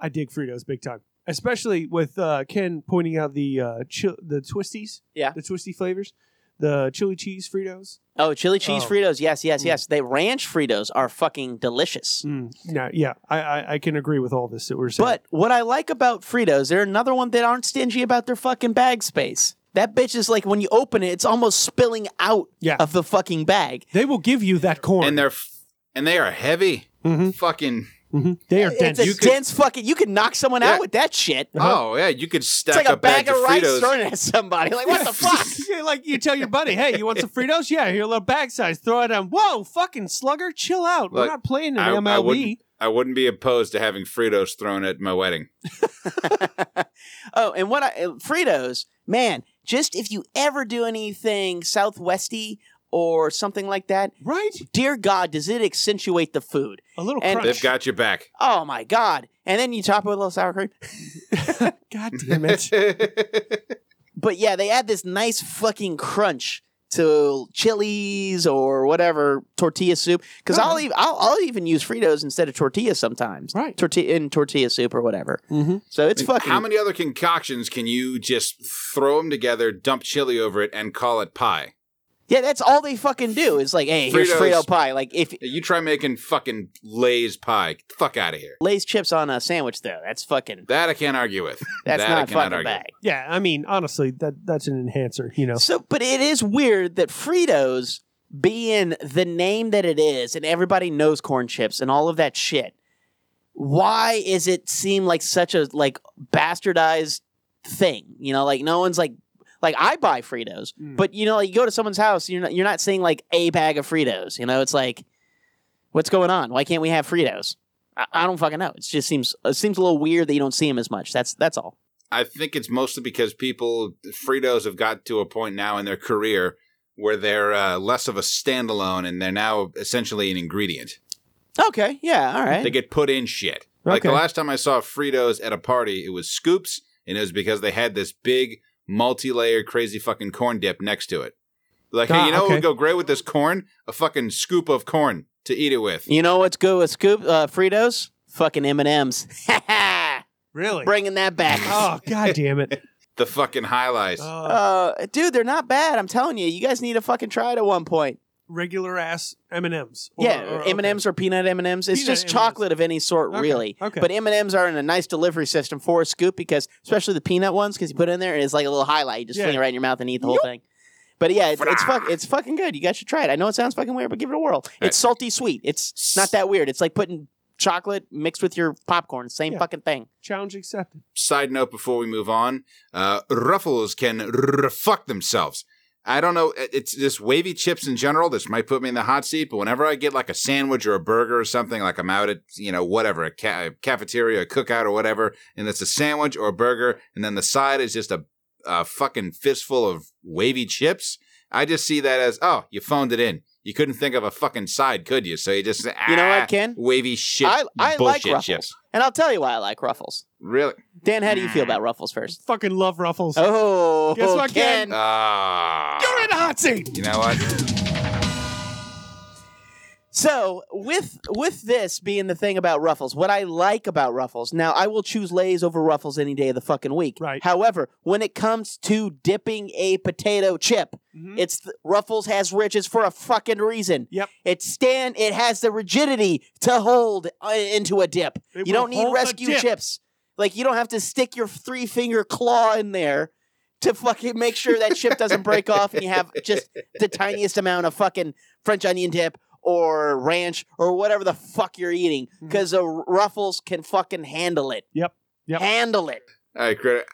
[SPEAKER 3] I dig Fritos big time. Especially with uh, Ken pointing out the uh, chi- the twisties,
[SPEAKER 1] Yeah.
[SPEAKER 3] the twisty flavors, the chili cheese Fritos.
[SPEAKER 1] Oh, chili cheese
[SPEAKER 3] Oh.
[SPEAKER 1] Fritos, yes, yes,
[SPEAKER 3] Mm.
[SPEAKER 1] yes. They ranch Fritos are fucking delicious.
[SPEAKER 3] Mm, no, yeah, I, I I can agree with all this that we're saying.
[SPEAKER 1] But what I like about Fritos, they're another one that aren't stingy about their fucking bag space. That bitch is like when you open it, it's almost spilling out
[SPEAKER 3] Yeah.
[SPEAKER 1] of the fucking bag.
[SPEAKER 3] they will give you that corn.
[SPEAKER 2] And they're f- and they are heavy.
[SPEAKER 3] Mhm.
[SPEAKER 2] Fucking
[SPEAKER 3] Mhm. They are
[SPEAKER 1] It's
[SPEAKER 3] dense. Uh-huh.
[SPEAKER 1] a
[SPEAKER 2] You could-
[SPEAKER 1] dense fucking. You could knock someone
[SPEAKER 2] Yeah.
[SPEAKER 1] out with that shit.
[SPEAKER 2] Oh yeah, you
[SPEAKER 1] Uh-huh.
[SPEAKER 2] could
[SPEAKER 1] It's
[SPEAKER 2] stack
[SPEAKER 1] like a bag
[SPEAKER 2] of
[SPEAKER 1] of rice
[SPEAKER 2] Fritos.
[SPEAKER 1] thrown at somebody. Like what the fuck?
[SPEAKER 3] Yeah, like you tell your buddy, hey, you want some Fritos? Yeah, here, a little bag size. Throw it on. Whoa, fucking slugger, chill out. We're
[SPEAKER 2] Look,
[SPEAKER 3] not playing in
[SPEAKER 2] I- I
[SPEAKER 3] MLB.
[SPEAKER 2] wouldn't- I wouldn't be opposed to having Fritos thrown at my wedding.
[SPEAKER 1] oh, and what I uh, Fritos, man, just if you ever do anything Southwesty or something like that,
[SPEAKER 3] right?
[SPEAKER 1] dear God, does it accentuate the food?
[SPEAKER 3] A little
[SPEAKER 1] And-
[SPEAKER 3] crunch.
[SPEAKER 2] They've got your back.
[SPEAKER 1] Oh my God! And then you top it with a little sour cream.
[SPEAKER 3] God damn it.
[SPEAKER 1] But yeah, they add this nice fucking crunch to chilies or whatever tortilla soup. Because I'll,
[SPEAKER 3] Alright.
[SPEAKER 1] ev- I'll I'll even use Fritos instead of tortillas sometimes.
[SPEAKER 3] Right.
[SPEAKER 1] Tortilla in tortilla soup or whatever.
[SPEAKER 3] Mm-hmm.
[SPEAKER 1] So it's
[SPEAKER 2] Like,
[SPEAKER 1] fucking.
[SPEAKER 2] How many other concoctions can you just throw them together, dump chili over it, and call it pie?
[SPEAKER 1] yeah, that's all they fucking do. Is like, hey, here's
[SPEAKER 2] Fritos.
[SPEAKER 1] Frito pie. Like if
[SPEAKER 2] You try making fucking Lay's pie. Get the fuck out of here.
[SPEAKER 1] Lay's chips on a sandwich though, that's fucking.
[SPEAKER 2] That I can't argue with.
[SPEAKER 1] That's
[SPEAKER 2] That I
[SPEAKER 1] not
[SPEAKER 2] cannot
[SPEAKER 1] fucking
[SPEAKER 2] argue.
[SPEAKER 1] bag.
[SPEAKER 3] Yeah, I mean, honestly, that that's an enhancer, you know.
[SPEAKER 1] So, but it is weird that Fritos being the name that it is, and everybody knows corn chips and all of that shit. Why is it seem like such a like bastardized thing? You know, like no one's like like I buy Fritos,
[SPEAKER 3] Mm.
[SPEAKER 1] but you know, like you go to someone's house, you're not you're not seeing like a bag of Fritos. You know, it's like what's going on? Why can't we have Fritos? I, I don't fucking know. It just seems it seems a little weird that you don't see them as much. That's that's all.
[SPEAKER 2] I think it's mostly because people Fritos have got to a point now in their career where they're uh, less of a standalone and they're now essentially an ingredient.
[SPEAKER 1] Okay, yeah, all right.
[SPEAKER 2] They get put in shit. Like the
[SPEAKER 3] Okay.
[SPEAKER 2] last time I saw Fritos at a party, it was scoops, and it was because they had this big multi-layer crazy fucking corn dip next to it. Like, hey,
[SPEAKER 3] Ah,
[SPEAKER 2] you know what
[SPEAKER 3] okay.
[SPEAKER 2] would go great with this corn? A fucking scoop of corn to eat it with.
[SPEAKER 1] You know what's good with scoop uh, Fritos? Fucking M and M's.
[SPEAKER 3] Really?
[SPEAKER 1] Bringing that back.
[SPEAKER 3] Oh god damn it!
[SPEAKER 2] The fucking highlights.
[SPEAKER 3] Uh,
[SPEAKER 1] Uh, dude, they're not bad. I'm telling you, you guys need to fucking try it at one point.
[SPEAKER 3] regular ass M and M's.
[SPEAKER 1] yeah, M and M's or peanut M and M's. It's
[SPEAKER 3] uh, Peanut
[SPEAKER 1] just
[SPEAKER 3] M&Ms.
[SPEAKER 1] chocolate of any sort,
[SPEAKER 3] Okay,
[SPEAKER 1] really.
[SPEAKER 3] okay.
[SPEAKER 1] But M and M's are in a nice delivery system for a scoop because, especially the peanut ones, because you put it in there and it's like a little highlight. You just
[SPEAKER 3] Yeah.
[SPEAKER 1] fling it right in your mouth and eat the whole thing. But yeah, it's it's, fuck, it's fucking good. You guys should try it. I know it sounds fucking weird, but give it a whirl.
[SPEAKER 2] Right.
[SPEAKER 1] It's salty sweet. It's not that weird. It's like putting chocolate mixed with your popcorn. Same
[SPEAKER 3] Yeah.
[SPEAKER 1] fucking thing.
[SPEAKER 3] Challenge accepted.
[SPEAKER 2] Side note before we move on, uh, Ruffles can r- fuck themselves. I don't know. it- It's just wavy chips in general. This might put me in the hot seat, but whenever I get like a sandwich or a burger or something, like I'm out at, you know, whatever, a, ca- a cafeteria, a cookout or whatever, and it's a sandwich or a burger, and then the side is just a, a fucking fistful of wavy chips, I just see that as, oh, you phoned it in. You couldn't think of a fucking side, could you? So you just, ah,
[SPEAKER 1] You know what, Ken?
[SPEAKER 2] Wavy shit.
[SPEAKER 1] I- I like
[SPEAKER 2] bullshit
[SPEAKER 1] Ruffles.
[SPEAKER 2] chips.
[SPEAKER 1] And I'll tell you why I like Ruffles.
[SPEAKER 2] Really?
[SPEAKER 1] Dan, how do you feel about Ruffles first?
[SPEAKER 3] Fucking love ruffles.
[SPEAKER 1] Oh,
[SPEAKER 3] Guess what,
[SPEAKER 1] Ken?
[SPEAKER 3] Ken? Uh,
[SPEAKER 2] Ah.
[SPEAKER 3] You're in a hot seat.
[SPEAKER 2] You know what?
[SPEAKER 1] So with with this being the thing about Ruffles, what I like about Ruffles, now I will choose Lay's over Ruffles any day of the fucking week.
[SPEAKER 3] Right.
[SPEAKER 1] However, when it comes to dipping a potato chip,
[SPEAKER 3] Mhm.
[SPEAKER 1] it's th- Ruffles has ridges for a fucking reason.
[SPEAKER 3] Yep.
[SPEAKER 1] It stand it has the rigidity to hold uh, into a dip.
[SPEAKER 3] It
[SPEAKER 1] you
[SPEAKER 3] will
[SPEAKER 1] don't need
[SPEAKER 3] hold the
[SPEAKER 1] rescue
[SPEAKER 3] dip.
[SPEAKER 1] chips. Like you don't have to stick your three finger claw in there to fucking make sure that chip doesn't break off and you have just the tiniest amount of fucking French onion dip or ranch or whatever the fuck you're eating because the ruffles can fucking handle it.
[SPEAKER 3] Mm-hmm. Yep. Yep.
[SPEAKER 1] Handle it.
[SPEAKER 2] All right, Critter.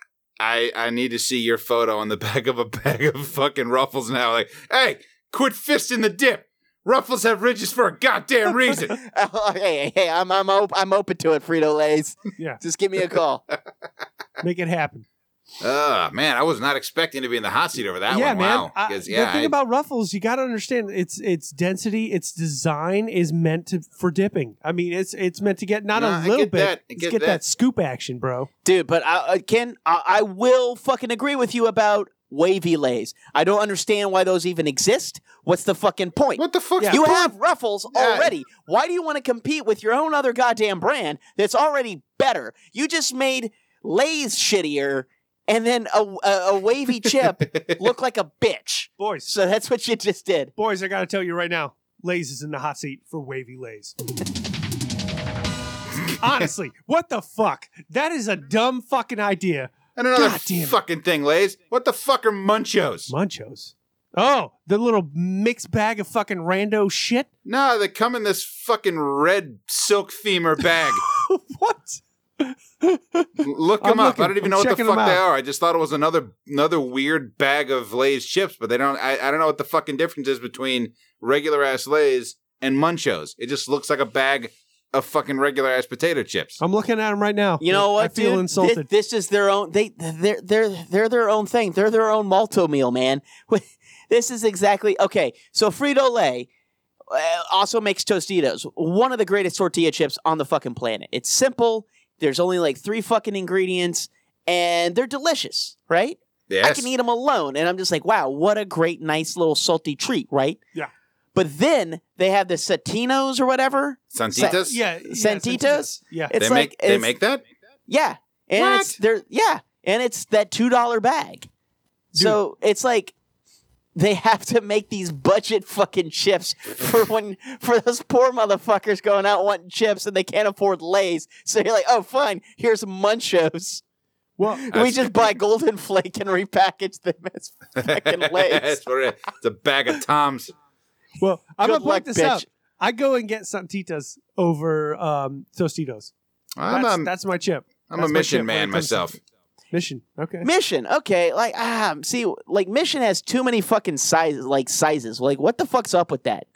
[SPEAKER 2] I, I need to see your photo on the back of a bag of fucking Ruffles now. Like, hey, quit fisting the dip. Ruffles have ridges for a goddamn reason.
[SPEAKER 1] Oh, hey, hey, hey, I'm I'm op- I'm open to it, Frito Lay's.
[SPEAKER 3] Yeah.
[SPEAKER 1] Just give me a call.
[SPEAKER 3] Make it happen.
[SPEAKER 2] Ah, man, I was not expecting to be in the hot seat over that
[SPEAKER 3] yeah,
[SPEAKER 2] one.
[SPEAKER 3] man.
[SPEAKER 2] Wow.
[SPEAKER 3] I-
[SPEAKER 2] 'Cause,
[SPEAKER 3] the
[SPEAKER 2] yeah,
[SPEAKER 3] thing
[SPEAKER 2] I-
[SPEAKER 3] about ruffles, you got to understand its its density, its design is meant to for dipping. I mean, it's it's meant to get not
[SPEAKER 2] Nah,
[SPEAKER 3] a
[SPEAKER 2] I
[SPEAKER 3] little
[SPEAKER 2] get
[SPEAKER 3] bit.
[SPEAKER 2] that. I
[SPEAKER 3] it's
[SPEAKER 2] get
[SPEAKER 3] get
[SPEAKER 2] that.
[SPEAKER 3] that scoop action, bro.
[SPEAKER 1] dude. But I, I Ken, I, I will fucking agree with you about wavy lays. I don't understand why those even exist. What's the fucking point?
[SPEAKER 2] what the fuck?
[SPEAKER 3] Yeah.
[SPEAKER 1] you have ruffles
[SPEAKER 2] Yeah.
[SPEAKER 1] already. Why do you want to compete with your own other goddamn brand that's already better? You just made Lay's shittier, and then a, a, a wavy chip look like a bitch.
[SPEAKER 3] Boys,
[SPEAKER 1] So that's what you just did.
[SPEAKER 3] boys, I got to tell you right now, Lays is in the hot seat for wavy Lays. Honestly, what the fuck? That is a dumb fucking idea.
[SPEAKER 2] And another
[SPEAKER 3] God damn it.
[SPEAKER 2] fucking thing, Lays. What the fuck are munchos?
[SPEAKER 3] Munchos. Oh, the little mixed bag of fucking rando shit.
[SPEAKER 2] no, they come in this fucking red silk femur bag.
[SPEAKER 3] what?
[SPEAKER 2] Look
[SPEAKER 3] I'm
[SPEAKER 2] them up.
[SPEAKER 3] looking.
[SPEAKER 2] I don't even
[SPEAKER 3] I'm
[SPEAKER 2] know what the
[SPEAKER 3] checking 'em
[SPEAKER 2] fuck they
[SPEAKER 3] out.
[SPEAKER 2] are. I just thought it was another another weird bag of Lay's chips, but they don't. I, I don't know what the fucking difference is between regular ass Lay's and Munchos. It just looks like a bag of fucking regular ass potato chips.
[SPEAKER 3] I'm looking at him right now.
[SPEAKER 1] You know what?
[SPEAKER 3] I feel
[SPEAKER 1] dude?
[SPEAKER 3] insulted.
[SPEAKER 1] Thi- This, is their own. They they're they're they're their own thing. They're their own malto meal, man. this is exactly okay. So Frito Lay uh, also makes Tostitos, one of the greatest tortilla chips on the fucking planet. It's simple. There's only like three fucking ingredients, and they're delicious, right? I
[SPEAKER 2] Yes.
[SPEAKER 1] can eat them alone. And I'm just like, wow, what a great, nice little salty treat, right?
[SPEAKER 3] Yeah.
[SPEAKER 1] But then they have the Satinos or whatever.
[SPEAKER 2] Santitas?
[SPEAKER 3] Yeah, yeah,
[SPEAKER 1] Santitas?
[SPEAKER 3] Yeah,
[SPEAKER 2] They
[SPEAKER 1] It's
[SPEAKER 2] make
[SPEAKER 1] like
[SPEAKER 2] they
[SPEAKER 1] it's-
[SPEAKER 2] make that?
[SPEAKER 1] Yeah. And
[SPEAKER 2] What?
[SPEAKER 1] it's they're yeah. And it's that two dollar bag. So it's like they have to make these budget fucking chips for when for those poor motherfuckers going out wanting chips and they can't afford Lay's. So you're like, oh fine, here's Munchos.
[SPEAKER 3] well,
[SPEAKER 1] we
[SPEAKER 2] That's-
[SPEAKER 1] just buy Golden Flake and repackage them as fucking Lay's.
[SPEAKER 2] That's what it- it's a bag of Toms.
[SPEAKER 3] well, I'm gonna
[SPEAKER 1] Good
[SPEAKER 3] point
[SPEAKER 1] luck,
[SPEAKER 3] this
[SPEAKER 1] bitch.
[SPEAKER 3] out. I go and get Santitas over um, Tostitos.
[SPEAKER 2] I'm
[SPEAKER 3] that's,
[SPEAKER 2] a
[SPEAKER 3] that's my chip.
[SPEAKER 2] I'm a
[SPEAKER 3] that's my
[SPEAKER 2] mission
[SPEAKER 3] chip when
[SPEAKER 2] man
[SPEAKER 3] it comes to-
[SPEAKER 2] myself.
[SPEAKER 3] Mission. Okay.
[SPEAKER 1] Mission, okay, like ah, see, like Mission has too many fucking sizes, like sizes. Like, what the fuck's up with that?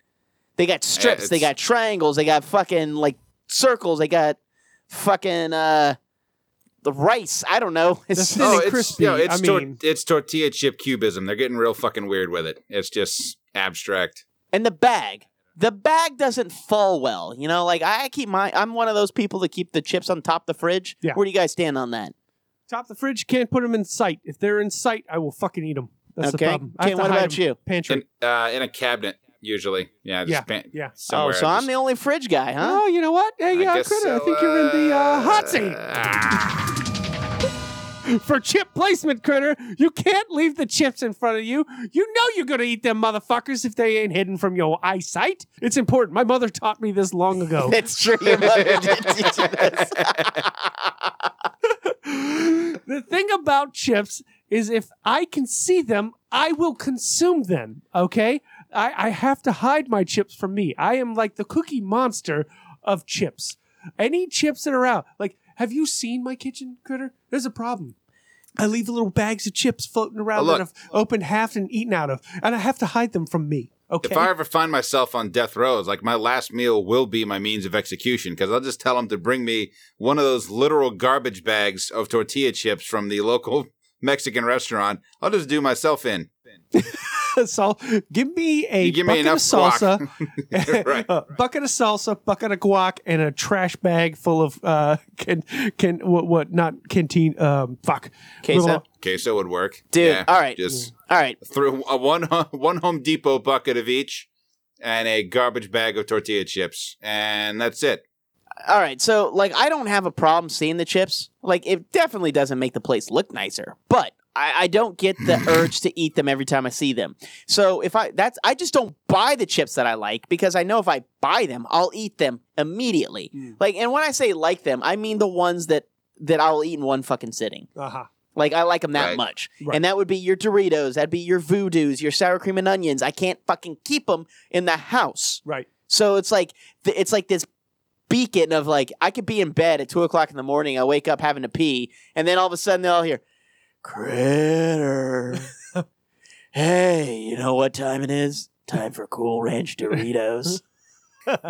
[SPEAKER 1] They got strips, they
[SPEAKER 2] it's-
[SPEAKER 1] got triangles, they got fucking like circles, they got fucking uh the rice. I don't know. It's
[SPEAKER 3] That's Thin
[SPEAKER 2] oh,
[SPEAKER 3] and
[SPEAKER 2] it's,
[SPEAKER 3] crispy,
[SPEAKER 2] you know, it's,
[SPEAKER 3] I
[SPEAKER 2] tor-
[SPEAKER 3] mean-
[SPEAKER 2] it's tortilla chip cubism. They're getting real fucking weird with it. It's just abstract.
[SPEAKER 1] and the bag. The bag doesn't fall well, you know. Like I keep my, I'm one of those people that keep the chips on top the fridge.
[SPEAKER 3] Yeah.
[SPEAKER 1] Where do you guys stand on that?
[SPEAKER 3] Top the fridge. Can't put them in sight. If they're in sight, I will fucking eat them. That's
[SPEAKER 1] okay.
[SPEAKER 3] the problem. I
[SPEAKER 1] Ken,
[SPEAKER 3] have to
[SPEAKER 1] what
[SPEAKER 3] hide
[SPEAKER 1] about
[SPEAKER 3] 'em.
[SPEAKER 1] you?
[SPEAKER 3] Pantry.
[SPEAKER 2] In, uh, in a cabinet, usually. Yeah, just
[SPEAKER 3] Yeah,
[SPEAKER 2] pan-
[SPEAKER 3] yeah.
[SPEAKER 1] Oh,
[SPEAKER 2] somewhere.
[SPEAKER 1] so
[SPEAKER 2] I
[SPEAKER 1] I'm
[SPEAKER 2] just-
[SPEAKER 1] the only fridge guy, huh?
[SPEAKER 3] Oh, you know what? Hey, yeah,
[SPEAKER 2] I
[SPEAKER 3] I,
[SPEAKER 2] guess
[SPEAKER 3] coulda.
[SPEAKER 2] so,
[SPEAKER 3] I think you're in the uh, hot
[SPEAKER 2] Ah.
[SPEAKER 3] seat for chip placement, critter. You can't leave the chips in front of you. You know you're gonna eat them motherfuckers if they ain't hidden from your eyesight. It's important. My mother taught me this long ago.
[SPEAKER 1] That's true. Your mother did teach you this.
[SPEAKER 3] the thing about chips is if I can see them, I will consume them. Okay? I, I have to hide my chips from me. I am like the cookie monster of chips. Any chips that are out, like, have you seen my kitchen, Critter? There's a problem. I leave little bags of chips floating around
[SPEAKER 2] look.
[SPEAKER 3] that I've opened half and eaten out of, and I have to hide them from me. Okay.
[SPEAKER 2] If I ever find myself on death row, it's like my last meal will be my means of execution because I'll just tell them to bring me one of those literal garbage bags of tortilla chips from the local Mexican restaurant. I'll just do myself in.
[SPEAKER 3] Sal- give me a
[SPEAKER 2] You give me
[SPEAKER 3] bucket
[SPEAKER 2] enough
[SPEAKER 3] of salsa,
[SPEAKER 2] Right.
[SPEAKER 3] a bucket of salsa, bucket of guac, and a trash bag full of uh, can can what what not canteen um fuck
[SPEAKER 1] Queso?
[SPEAKER 3] Little-
[SPEAKER 2] Queso would work,
[SPEAKER 1] Dude, all right.
[SPEAKER 2] Just
[SPEAKER 1] All right.
[SPEAKER 2] through a one Ho- one Home Depot bucket of each and a garbage bag of tortilla chips, and that's it.
[SPEAKER 1] All right. So, like, I don't have a problem seeing the chips. Like, it definitely doesn't make the place look nicer, but I, I don't get the urge to eat them every time I see them. So, if I, that's, I just don't buy the chips that I like because I know if I buy them, I'll eat them immediately.
[SPEAKER 3] Mm.
[SPEAKER 1] Like, and when I say like them, I mean the ones that, that I'll eat in one fucking sitting.
[SPEAKER 3] uh-huh.
[SPEAKER 1] Like I like them that
[SPEAKER 2] Right.
[SPEAKER 1] much,
[SPEAKER 3] Right.
[SPEAKER 1] and that would be your Doritos, that'd be your Voodoos, your sour cream and onions. I can't fucking keep them in the house,
[SPEAKER 3] right
[SPEAKER 1] so it's like th- it's like this beacon of like I could be in bed at two o'clock in the morning. I wake up having to pee, and then all of a sudden they'll hear critter. hey, you know what time it is? Time for Cool Ranch Doritos, huh,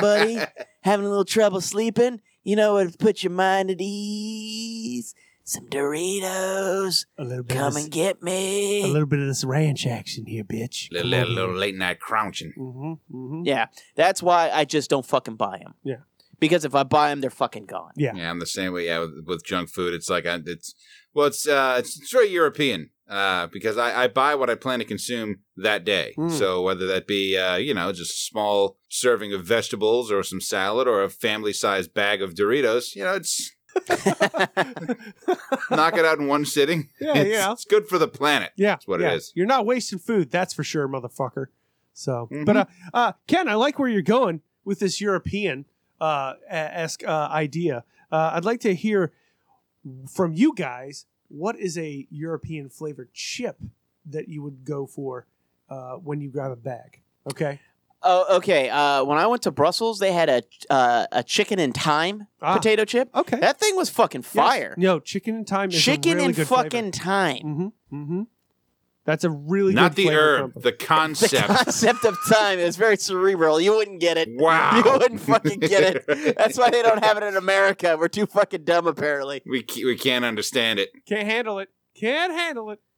[SPEAKER 1] buddy? Having a little trouble sleeping? You know what? Put your mind at ease. Some Doritos.
[SPEAKER 3] a little bit
[SPEAKER 1] Come
[SPEAKER 3] of
[SPEAKER 1] and
[SPEAKER 3] this,
[SPEAKER 1] get
[SPEAKER 3] a
[SPEAKER 1] me.
[SPEAKER 3] little bit of this ranch action here, bitch.
[SPEAKER 2] little, little, little late night crunching.
[SPEAKER 3] hmm hmm
[SPEAKER 1] Yeah, that's why I just don't fucking buy them.
[SPEAKER 3] Yeah.
[SPEAKER 1] Because if I buy them, they're fucking gone.
[SPEAKER 3] Yeah.
[SPEAKER 2] Yeah, I'm the same way. Yeah, with, with junk food, it's like I, it's well, it's uh, it's, it's very European uh, because I, I buy what I plan to consume that day.
[SPEAKER 3] Mm.
[SPEAKER 2] So whether that be uh, you know just a small serving of vegetables or some salad or a family sized bag of Doritos, you know, it's knock it out in one sitting.
[SPEAKER 3] Yeah,
[SPEAKER 2] it's,
[SPEAKER 3] yeah.
[SPEAKER 2] it's good for the planet.
[SPEAKER 3] Yeah,
[SPEAKER 2] That's what it
[SPEAKER 3] yeah.
[SPEAKER 2] is.
[SPEAKER 3] You're not wasting food, that's for sure, motherfucker. So,
[SPEAKER 2] Mhm.
[SPEAKER 3] but uh, uh, Ken, I like where you're going with this European uh, esque uh, idea. Uh, I'd like to hear from you guys what is a European flavored chip that you would go for uh, when you grab a bag? Okay,
[SPEAKER 1] Oh, okay. Uh, when I went to Brussels, they had a uh, a chicken and thyme
[SPEAKER 3] Ah.
[SPEAKER 1] potato chip.
[SPEAKER 3] okay.
[SPEAKER 1] That thing was fucking
[SPEAKER 3] Yes.
[SPEAKER 1] fire.
[SPEAKER 3] No, chicken and thyme. Is
[SPEAKER 1] Chicken
[SPEAKER 3] a really
[SPEAKER 1] and
[SPEAKER 3] good
[SPEAKER 1] fucking thyme.
[SPEAKER 3] hmm hmm That's a really
[SPEAKER 2] Not
[SPEAKER 3] good
[SPEAKER 2] the
[SPEAKER 3] flavor
[SPEAKER 2] herb,
[SPEAKER 3] combo.
[SPEAKER 2] the
[SPEAKER 1] The
[SPEAKER 2] concept.
[SPEAKER 1] concept of time is very cerebral. You wouldn't get it.
[SPEAKER 2] wow,
[SPEAKER 1] You wouldn't fucking get it. That's why they don't have it in America. We're too fucking dumb, apparently.
[SPEAKER 2] we ca- we can't understand it.
[SPEAKER 3] Can't handle it. Can't handle it.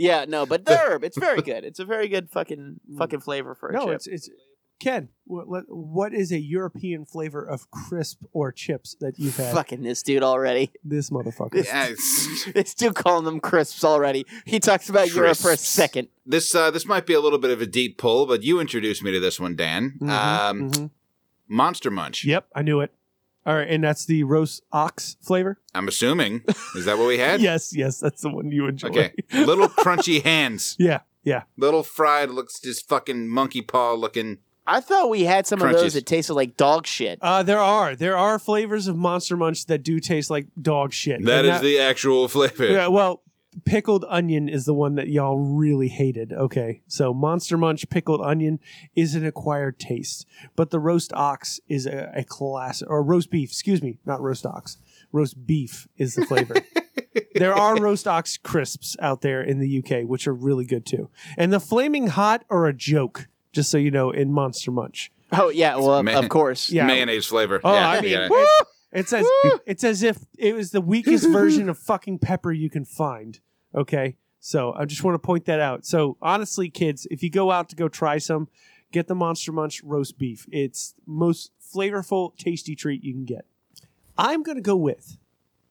[SPEAKER 1] Yeah, no, but the herb, it's very good. It's a very good fucking fucking flavor for a
[SPEAKER 3] no,
[SPEAKER 1] chip.
[SPEAKER 3] it's it's Ken, what, let- what is a European flavor of crisp or chips that you've had?
[SPEAKER 1] Fucking this dude already.
[SPEAKER 3] This motherfucker.
[SPEAKER 2] Yeah, it's-
[SPEAKER 1] This dude calling them crisps already. He talks about Europe for a
[SPEAKER 2] Crisps.
[SPEAKER 1] second.
[SPEAKER 2] this uh, this might be a little bit of a deep pull, but you introduced me to this one, Dan.
[SPEAKER 3] Mhm,
[SPEAKER 2] um,
[SPEAKER 3] mhm.
[SPEAKER 2] Monster Munch.
[SPEAKER 3] Yep, I knew it. All right, and that's the roast ox flavor.
[SPEAKER 2] I'm assuming is that what we had?
[SPEAKER 3] Yes, yes, that's the one you enjoy.
[SPEAKER 2] Okay. little crunchy hands,
[SPEAKER 3] yeah, yeah.
[SPEAKER 2] little fried, looks just fucking monkey paw looking.
[SPEAKER 1] I thought we had some of
[SPEAKER 2] Crunches.
[SPEAKER 1] those that tasted like dog shit.
[SPEAKER 3] Uh, there are there are flavors of Monster Munch that do taste like dog shit.
[SPEAKER 2] That
[SPEAKER 3] And
[SPEAKER 2] is the actual flavor.
[SPEAKER 3] Yeah, well, pickled onion is the one that y'all really hated. Okay, so Monster Munch pickled onion is an acquired taste, but the roast ox is a, a class or roast beef. Excuse me, not roast ox. Roast beef is the flavor. there are roast ox crisps out there in the UK, which are really good too. And the flaming hot are a joke, just so you know, in Monster Munch.
[SPEAKER 1] Oh yeah, well
[SPEAKER 2] Man.
[SPEAKER 1] of course.
[SPEAKER 3] Yeah.
[SPEAKER 2] Mayonnaise flavor.
[SPEAKER 3] Oh,
[SPEAKER 2] yeah,
[SPEAKER 3] I
[SPEAKER 2] you
[SPEAKER 3] mean,
[SPEAKER 2] got it.
[SPEAKER 3] it, it's as it's as if it was the weakest version of fucking pepper you can find. Okay, so I just want to point that out. So honestly, kids, if you go out to go try some, get the Monster Munch roast beef. It's most flavorful, tasty treat you can get. I'm gonna go with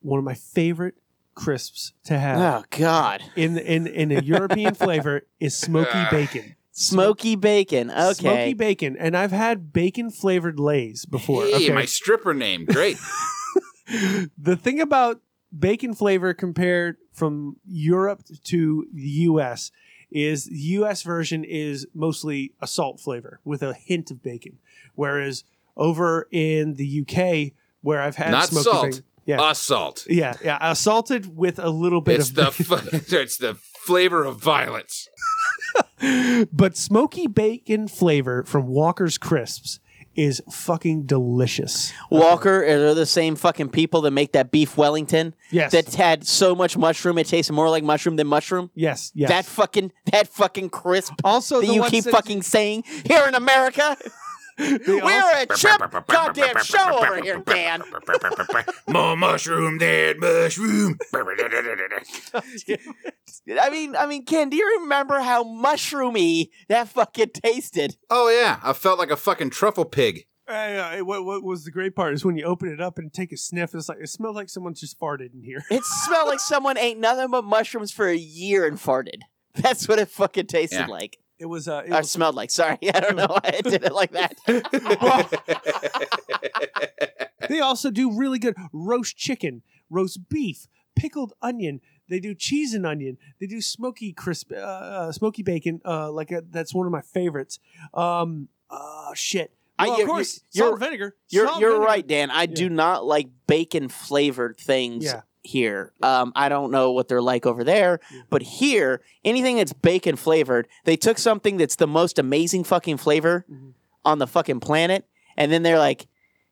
[SPEAKER 3] one of my favorite crisps to have
[SPEAKER 1] Oh god.
[SPEAKER 3] in in in a European flavor is smoky
[SPEAKER 2] Ah.
[SPEAKER 3] bacon.
[SPEAKER 1] Smoky bacon. Okay.
[SPEAKER 3] Smoky bacon, and I've had bacon flavored lays before.
[SPEAKER 2] Hey,
[SPEAKER 3] okay?
[SPEAKER 2] my stripper name. Great.
[SPEAKER 3] the thing about bacon flavor compared from Europe to the US is the US version is mostly a salt flavor with a hint of bacon. Whereas over in the UK, where I've had
[SPEAKER 2] Not
[SPEAKER 3] smoky
[SPEAKER 2] salt.
[SPEAKER 3] bacon- yeah.
[SPEAKER 2] Assault.
[SPEAKER 3] yeah, yeah, assaulted with a little bit
[SPEAKER 2] It's
[SPEAKER 3] of
[SPEAKER 2] the fu- it's the flavor of violence.
[SPEAKER 3] but smoky bacon flavor from Walker's Crisps is fucking delicious.
[SPEAKER 1] Walker are they the same fucking people that make that beef Wellington
[SPEAKER 3] Yes.
[SPEAKER 1] that had so much mushroom it tasted more like mushroom than mushroom.
[SPEAKER 3] yes, yes.
[SPEAKER 1] That fucking that fucking crisp
[SPEAKER 3] also
[SPEAKER 1] that
[SPEAKER 3] the
[SPEAKER 1] you
[SPEAKER 3] ones
[SPEAKER 1] keep
[SPEAKER 3] that-
[SPEAKER 1] fucking saying here in America.
[SPEAKER 3] they also-
[SPEAKER 1] We're a chip goddamn show over here, Dan.
[SPEAKER 2] More mushroom, dead mushroom.
[SPEAKER 1] I mean, I mean, Ken, do you remember how mushroomy that fucking tasted?
[SPEAKER 2] oh yeah, I felt like a fucking truffle pig.
[SPEAKER 3] Uh, what, what was the great part is when you open it up and take a sniff, it's like it smelled like someone just farted in here.
[SPEAKER 1] It smelled like someone ate nothing but mushrooms for a year and farted. That's what it fucking tasted
[SPEAKER 2] Yeah.
[SPEAKER 1] like.
[SPEAKER 3] It was, uh, it
[SPEAKER 1] Or
[SPEAKER 3] was
[SPEAKER 1] smelled like. Sorry, I don't know why I did it like that.
[SPEAKER 3] they also do really good roast chicken, roast beef, pickled onion. They do cheese and onion. They do smoky crisp, uh, uh, smoky bacon. Uh, like uh that's one of my favorites. Um, uh, shit.
[SPEAKER 1] I-
[SPEAKER 3] Well,
[SPEAKER 1] you're-
[SPEAKER 3] of course,
[SPEAKER 1] you're-
[SPEAKER 3] salt and vinegar.
[SPEAKER 1] You're
[SPEAKER 3] Salt and
[SPEAKER 1] you're
[SPEAKER 3] vinegar.
[SPEAKER 1] right, Dan. I
[SPEAKER 3] Yeah.
[SPEAKER 1] do not like bacon flavored things
[SPEAKER 3] Yeah.
[SPEAKER 1] here. Um, I don't know what they're like over there,
[SPEAKER 3] Yeah.
[SPEAKER 1] but here, anything that's bacon flavored, they took something that's the most amazing fucking flavor
[SPEAKER 3] Mhm.
[SPEAKER 1] on the fucking planet, and then they're like,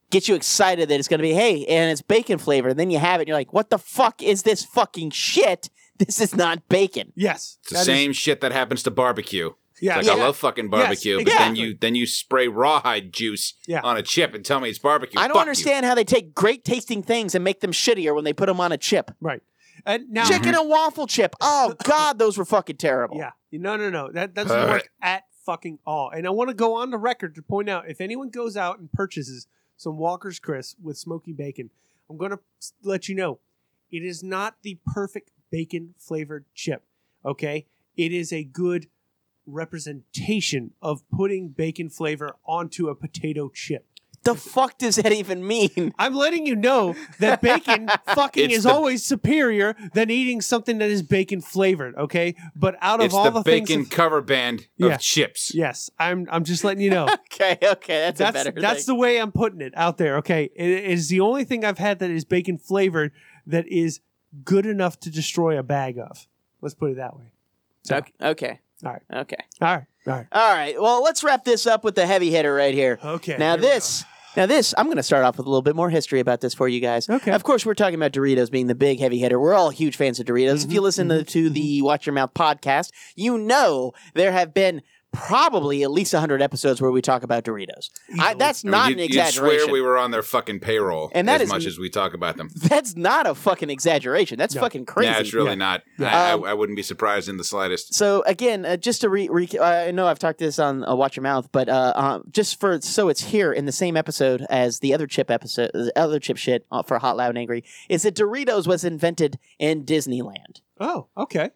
[SPEAKER 1] get you excited that it's gonna be hey, and it's bacon flavored. And then you have it, and you're like, what the fuck is this fucking shit? This is not bacon.
[SPEAKER 3] Yes,
[SPEAKER 2] It's the
[SPEAKER 3] that is-
[SPEAKER 2] same shit that happens to barbecue.
[SPEAKER 3] yeah,
[SPEAKER 2] Like
[SPEAKER 1] Yeah.
[SPEAKER 2] I love fucking barbecue,
[SPEAKER 3] Yes,
[SPEAKER 2] but then
[SPEAKER 3] exactly.
[SPEAKER 2] you then you spray rawhide juice
[SPEAKER 3] Yeah.
[SPEAKER 2] on a chip and tell me it's barbecue.
[SPEAKER 1] I don't
[SPEAKER 2] Fuck
[SPEAKER 1] understand how they take great tasting things and make them shittier when they put them on a chip.
[SPEAKER 3] right. And now,
[SPEAKER 1] Chicken and waffle chip. Oh God, those were fucking terrible.
[SPEAKER 3] Yeah. No, no, no. That that doesn't
[SPEAKER 2] Uh.
[SPEAKER 3] work at fucking all. And I want to go on the record to point out if anyone goes out and purchases some Walker's Crisp with smoky bacon, I'm going to let you know it is not the perfect bacon flavored chip. Okay. It is a good representation of putting bacon flavor onto a potato chip.
[SPEAKER 1] The fuck does that even mean?
[SPEAKER 3] I'm letting you know that bacon fucking
[SPEAKER 2] It's
[SPEAKER 3] is
[SPEAKER 2] the-
[SPEAKER 3] always superior than eating something that is bacon flavored, okay? But out of
[SPEAKER 2] It's
[SPEAKER 3] all
[SPEAKER 2] the,
[SPEAKER 3] the, things
[SPEAKER 2] bacon cover band of
[SPEAKER 3] Yeah.
[SPEAKER 2] chips.
[SPEAKER 3] Yes, I'm. I'm just letting you know.
[SPEAKER 1] Okay, okay, that's,
[SPEAKER 3] that's
[SPEAKER 1] a better
[SPEAKER 3] that's
[SPEAKER 1] thing.
[SPEAKER 3] the way I'm putting it out there. Okay, it is the only thing I've had that is bacon flavored that is good enough to destroy a bag of. Let's put it that way. the-
[SPEAKER 1] okay, okay.
[SPEAKER 3] All right.
[SPEAKER 1] Okay.
[SPEAKER 3] All right. All right.
[SPEAKER 1] All right. Well, let's wrap this up with the heavy hitter right here.
[SPEAKER 3] Okay.
[SPEAKER 1] now
[SPEAKER 3] here we go.
[SPEAKER 1] this now this I'm going to start off with a little bit more history about this for you guys.
[SPEAKER 3] Okay.
[SPEAKER 1] Of course, we're talking about Doritos being the big heavy hitter. We're all huge
[SPEAKER 3] Mm-hmm,
[SPEAKER 1] fans of Doritos. If you listen to, to the Watch Your Mouth podcast, you know there have been probably at least 100 episodes where we talk about Doritos. I, that's
[SPEAKER 2] I mean,
[SPEAKER 1] not
[SPEAKER 2] you'd-
[SPEAKER 1] an
[SPEAKER 2] you'd
[SPEAKER 1] exaggeration.
[SPEAKER 2] swear we were on their fucking payroll
[SPEAKER 1] And that
[SPEAKER 2] as
[SPEAKER 1] is-
[SPEAKER 2] much as we talk about them.
[SPEAKER 1] that's not a fucking exaggeration. That's
[SPEAKER 3] No.
[SPEAKER 1] fucking crazy.
[SPEAKER 2] Yeah, it's really
[SPEAKER 3] Yeah.
[SPEAKER 2] not.
[SPEAKER 1] Yeah.
[SPEAKER 2] I, I,
[SPEAKER 1] Um,
[SPEAKER 2] I wouldn't be surprised in the slightest.
[SPEAKER 1] So again, uh, just to re, re- I know I've talked this on uh, Watch Your Mouth, but uh, um, just for so it's here in the same episode as the other chip episode, the other chip shit uh, for Hot Loud and Angry is that Doritos was invented in Disneyland.
[SPEAKER 3] Oh, okay.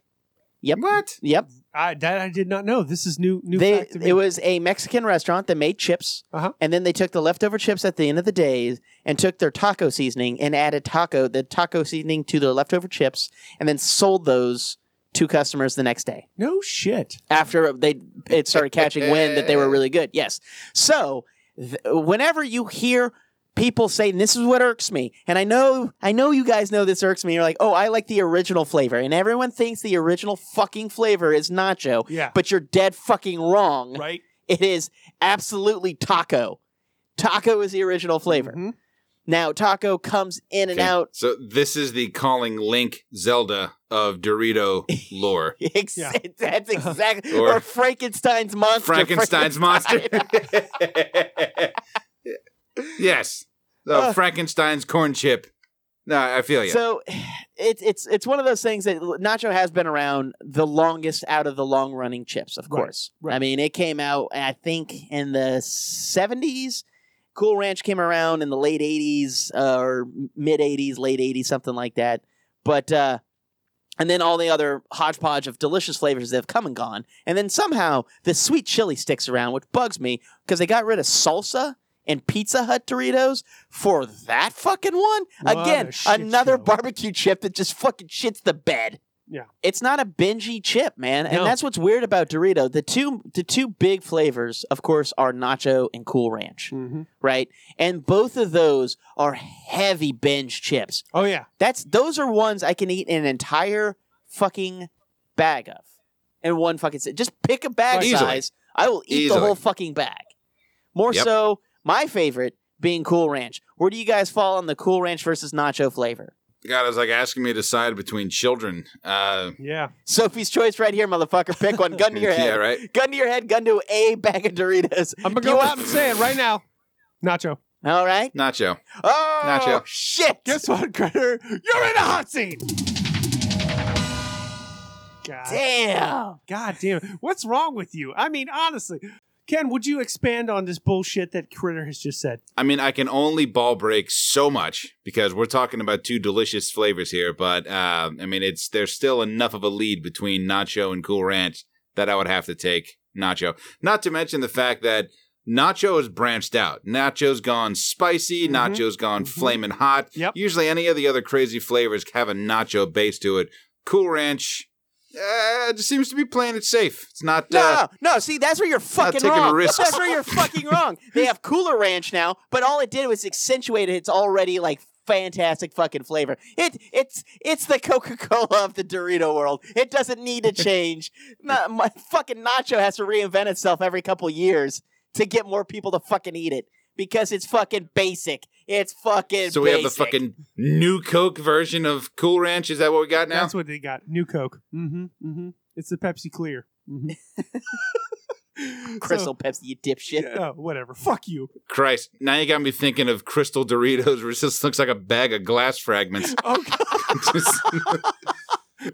[SPEAKER 1] Yep.
[SPEAKER 2] What?
[SPEAKER 1] Yep.
[SPEAKER 3] I, that I did not know. This is new. New
[SPEAKER 1] they
[SPEAKER 3] fact to me.
[SPEAKER 1] it was a Mexican restaurant that made chips,
[SPEAKER 3] Uh-huh.
[SPEAKER 1] and then they took the leftover chips at the end of the day and took their taco seasoning and added taco the taco seasoning to their leftover chips, and then sold those to customers the next day.
[SPEAKER 3] no shit.
[SPEAKER 1] after they it started catching wind that they were really good. Yes. So th- whenever you hear people say and this is what irks me, and I know I know you guys know this irks me. You're like, oh, I like the original flavor, and everyone thinks the original fucking flavor is nacho,
[SPEAKER 3] Yeah.
[SPEAKER 1] but you're dead fucking wrong.
[SPEAKER 3] right.
[SPEAKER 1] It is absolutely taco. Taco is the original flavor.
[SPEAKER 3] Mhm.
[SPEAKER 1] Now taco comes in and
[SPEAKER 2] Okay.
[SPEAKER 1] out.
[SPEAKER 2] So this is the calling Link Zelda of Dorito lore.
[SPEAKER 1] Ex-
[SPEAKER 3] Yeah.
[SPEAKER 1] That's exactly
[SPEAKER 2] Or-
[SPEAKER 1] or, Frankenstein's monster.
[SPEAKER 2] Frankenstein's monster. yes. So
[SPEAKER 1] Uh.
[SPEAKER 2] Frankenstein's corn chip. No, I feel you.
[SPEAKER 1] So it's it's it's one of those things that Nacho has been around the longest out of the long running chips, of
[SPEAKER 3] Right,
[SPEAKER 1] course.
[SPEAKER 3] right.
[SPEAKER 1] I mean, it came out I think in the seventies. Cool Ranch came around in the late eighties uh, or mid eighties, late eighties, something like that. But uh, and then all the other hodgepodge of delicious flavors that have come and gone, and then somehow the sweet chili sticks around, which bugs me because they got rid of salsa and Pizza Hut Doritos for that fucking one.
[SPEAKER 3] What
[SPEAKER 1] Again,
[SPEAKER 3] a shit
[SPEAKER 1] another
[SPEAKER 3] show.
[SPEAKER 1] barbecue chip that just fucking shits the bed.
[SPEAKER 3] Yeah.
[SPEAKER 1] It's not a bingy chip, man. And
[SPEAKER 3] No.
[SPEAKER 1] that's what's weird about Dorito. The two the two big flavors, of course, are nacho and cool ranch,
[SPEAKER 3] Mhm.
[SPEAKER 1] right? And both of those are heavy binge chips.
[SPEAKER 3] Oh yeah.
[SPEAKER 1] That's those are ones I can eat an entire fucking bag of in one fucking sit. Just pick a bag
[SPEAKER 2] Right. Easily.
[SPEAKER 1] size. I will eat
[SPEAKER 2] Easily.
[SPEAKER 1] the whole fucking bag. More
[SPEAKER 2] Yep.
[SPEAKER 1] so, my favorite being Cool Ranch. Where do you guys fall on the Cool Ranch versus Nacho flavor?
[SPEAKER 2] God, it was like asking me to decide between children. Uh,
[SPEAKER 3] Yeah.
[SPEAKER 1] Sophie's choice right here, motherfucker. Pick one. Gun to your
[SPEAKER 2] yeah,
[SPEAKER 1] head.
[SPEAKER 2] right.
[SPEAKER 1] Gun to your head. Gun to a bag of Doritos.
[SPEAKER 3] I'm gonna
[SPEAKER 1] You
[SPEAKER 3] go
[SPEAKER 1] want-
[SPEAKER 3] out and say it right now. Nacho.
[SPEAKER 1] All right.
[SPEAKER 2] Nacho.
[SPEAKER 1] Oh
[SPEAKER 2] Nacho.
[SPEAKER 1] shit.
[SPEAKER 3] Guess what, Critter? You're in a hot seat. God.
[SPEAKER 1] Damn.
[SPEAKER 3] God damn it. What's wrong with you? I mean, honestly. Ken, would you expand on this bullshit that Critter has just said?
[SPEAKER 2] I mean, I can only ball break so much because we're talking about two delicious flavors here. But uh, I mean, it's there's still enough of a lead between Nacho and Cool Ranch that I would have to take Nacho. Not to mention the fact that Nacho has branched out. Nacho's gone spicy.
[SPEAKER 1] Mm-hmm.
[SPEAKER 3] Mhm.
[SPEAKER 2] Nacho's gone
[SPEAKER 3] Mhm.
[SPEAKER 2] flaming hot.
[SPEAKER 3] Yep.
[SPEAKER 2] Usually, any of the other crazy flavors have a nacho base to it. Cool Ranch uh, just seems to be playing it safe. It's not.
[SPEAKER 1] No,
[SPEAKER 2] Uh,
[SPEAKER 1] no. See, that's where you're fucking
[SPEAKER 2] taking
[SPEAKER 1] wrong.
[SPEAKER 2] risks.
[SPEAKER 1] That's where you're fucking wrong. They have Cooler Ranch now, but all it did was accentuate its already like fantastic fucking flavor. It it's it's the Coca Cola of the Dorito world. It doesn't need to change. Not, my fucking nacho has to reinvent itself every couple years to get more people to fucking eat it because it's fucking basic. It's fucking
[SPEAKER 2] so we have the
[SPEAKER 1] basic.
[SPEAKER 2] fucking new Coke version of Cool Ranch. Is that what we got now?
[SPEAKER 3] That's what they got. New Coke. Mm-hmm. Mm-hmm. It's the Pepsi Clear. Mm-hmm.
[SPEAKER 1] Crystal Pepsi, you dipshit.
[SPEAKER 3] oh, whatever. Fuck you.
[SPEAKER 2] Christ, now you got me thinking of crystal Doritos, which just looks like a bag of glass fragments.
[SPEAKER 3] Okay.
[SPEAKER 2] Just-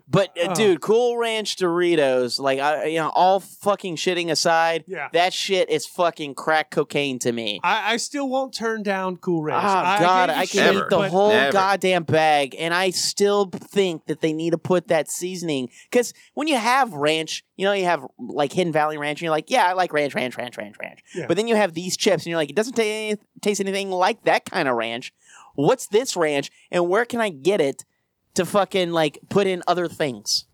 [SPEAKER 1] But uh,
[SPEAKER 3] Oh.
[SPEAKER 1] dude, Cool Ranch Doritos, like I, you know, all fucking shitting aside,
[SPEAKER 3] Yeah.
[SPEAKER 1] that shit is fucking crack cocaine to me.
[SPEAKER 3] I, I still won't turn down
[SPEAKER 1] Oh
[SPEAKER 3] Cool Ranch. I
[SPEAKER 1] god,
[SPEAKER 3] gave you
[SPEAKER 1] I can
[SPEAKER 2] Never.
[SPEAKER 1] eat
[SPEAKER 3] shit,
[SPEAKER 1] the
[SPEAKER 3] but-
[SPEAKER 1] whole
[SPEAKER 2] Never.
[SPEAKER 1] goddamn bag, and I still think that they need to put that seasoning because when you have ranch, you know, you have like Hidden Valley Ranch, and you're like, yeah, I like ranch, ranch, ranch, ranch, ranch.
[SPEAKER 3] Yeah.
[SPEAKER 1] But then you have these chips, and you're like, it doesn't ta- any- taste anything like that kind of ranch. What's this ranch, and where can I get it to fucking like put in other things,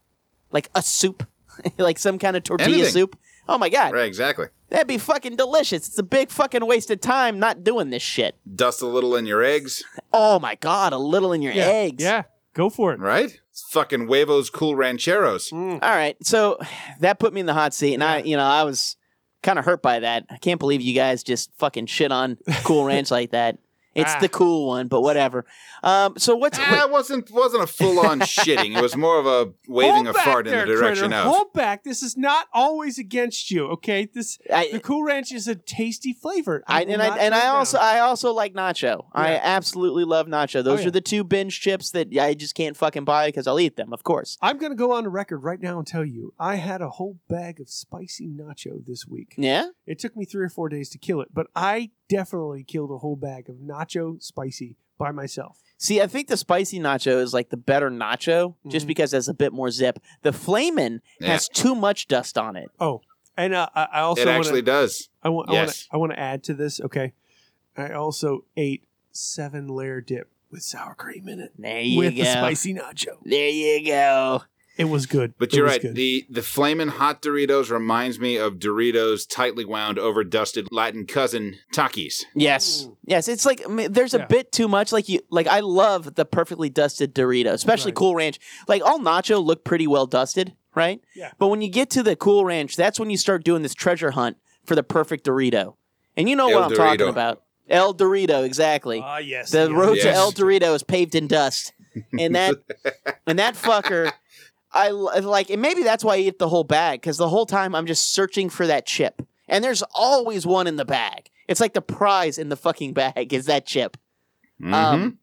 [SPEAKER 1] like a soup, like some kind of tortilla
[SPEAKER 2] Anything.
[SPEAKER 1] soup? Oh my god,
[SPEAKER 2] right, exactly.
[SPEAKER 1] that'd be fucking delicious. It's a big fucking waste of time not doing this shit.
[SPEAKER 2] Dust a little in your eggs,
[SPEAKER 1] Oh my god, a little in your
[SPEAKER 3] Yeah.
[SPEAKER 1] eggs.
[SPEAKER 3] Yeah. Go for it.
[SPEAKER 2] right? It's fucking huevos cool rancheros.
[SPEAKER 3] Mm.
[SPEAKER 1] All right. So that put me in the hot seat and I,
[SPEAKER 3] Yeah.
[SPEAKER 1] you know, I was kind of hurt by that. I can't believe you guys just fucking shit on Cool Ranch like that. It's
[SPEAKER 3] Ah.
[SPEAKER 1] the cool one, but whatever. Um, so what's
[SPEAKER 2] Ah, it wasn't wasn't a full on shitting. It was more of a waving
[SPEAKER 3] Hold
[SPEAKER 2] a
[SPEAKER 3] back
[SPEAKER 2] fart
[SPEAKER 3] there,
[SPEAKER 2] in the direction
[SPEAKER 3] Critter.
[SPEAKER 2] of.
[SPEAKER 3] Hold back. This is not always against you, okay? This the
[SPEAKER 1] I,
[SPEAKER 3] Cool Ranch is a tasty flavor.
[SPEAKER 1] I,
[SPEAKER 3] will
[SPEAKER 1] and I
[SPEAKER 3] not
[SPEAKER 1] and
[SPEAKER 3] turn
[SPEAKER 1] I
[SPEAKER 3] it
[SPEAKER 1] also
[SPEAKER 3] down.
[SPEAKER 1] I also like nacho. I
[SPEAKER 3] Yeah. Oh,
[SPEAKER 1] absolutely love nacho. Those
[SPEAKER 3] yeah.
[SPEAKER 1] are the two binge chips that I just can't fucking buy because I'll eat them. Of course.
[SPEAKER 3] I'm going to go on the record right now and tell you I had a whole bag of spicy nacho this week.
[SPEAKER 1] Yeah.
[SPEAKER 3] It took me three or four days to kill it, but I definitely killed a whole bag of nacho spicy by myself.
[SPEAKER 1] See, I think the spicy nacho is like the better nacho, just
[SPEAKER 3] Mhm.
[SPEAKER 1] because it has a bit more zip. The flamin'
[SPEAKER 2] Yeah.
[SPEAKER 1] has too much dust on it.
[SPEAKER 3] And uh, I I also
[SPEAKER 2] it
[SPEAKER 3] wanna-
[SPEAKER 2] actually does.
[SPEAKER 3] I want
[SPEAKER 2] yes.
[SPEAKER 3] I want to add to this. Okay, I also ate seven layer dip with sour cream in it
[SPEAKER 1] There you
[SPEAKER 3] with
[SPEAKER 1] go.
[SPEAKER 3] the spicy nacho.
[SPEAKER 1] There you go.
[SPEAKER 3] It was good,
[SPEAKER 2] But
[SPEAKER 3] It
[SPEAKER 2] you're
[SPEAKER 3] was
[SPEAKER 2] right.
[SPEAKER 3] good.
[SPEAKER 2] The the flamin' hot Doritos reminds me of Doritos tightly wound over dusted Latin cousin Takis.
[SPEAKER 1] Yes,
[SPEAKER 3] Ooh.
[SPEAKER 1] yes. It's like I mean, there's a
[SPEAKER 3] Mm. Yeah.
[SPEAKER 1] bit too much. Like you, like I love the perfectly dusted Dorito, especially
[SPEAKER 3] Right.
[SPEAKER 1] Cool Ranch. Like all nacho look pretty well dusted, right?
[SPEAKER 3] Yeah.
[SPEAKER 1] But when you get to the Cool Ranch, that's when you start doing this treasure hunt for the perfect Dorito, and you know
[SPEAKER 2] El
[SPEAKER 1] what I'm talking
[SPEAKER 2] Dorito.
[SPEAKER 1] about. El Dorito, exactly.
[SPEAKER 3] ah yes,
[SPEAKER 1] The
[SPEAKER 3] yes.
[SPEAKER 1] road to
[SPEAKER 2] Yes.
[SPEAKER 1] El Dorito is paved in dust, and that and that fucker, I l- like, and maybe that's why I eat the whole bag because the whole time I'm just searching for that chip, and there's always one in the bag. It's like the prize in the fucking bag is that chip.
[SPEAKER 2] Mhm.
[SPEAKER 1] Um,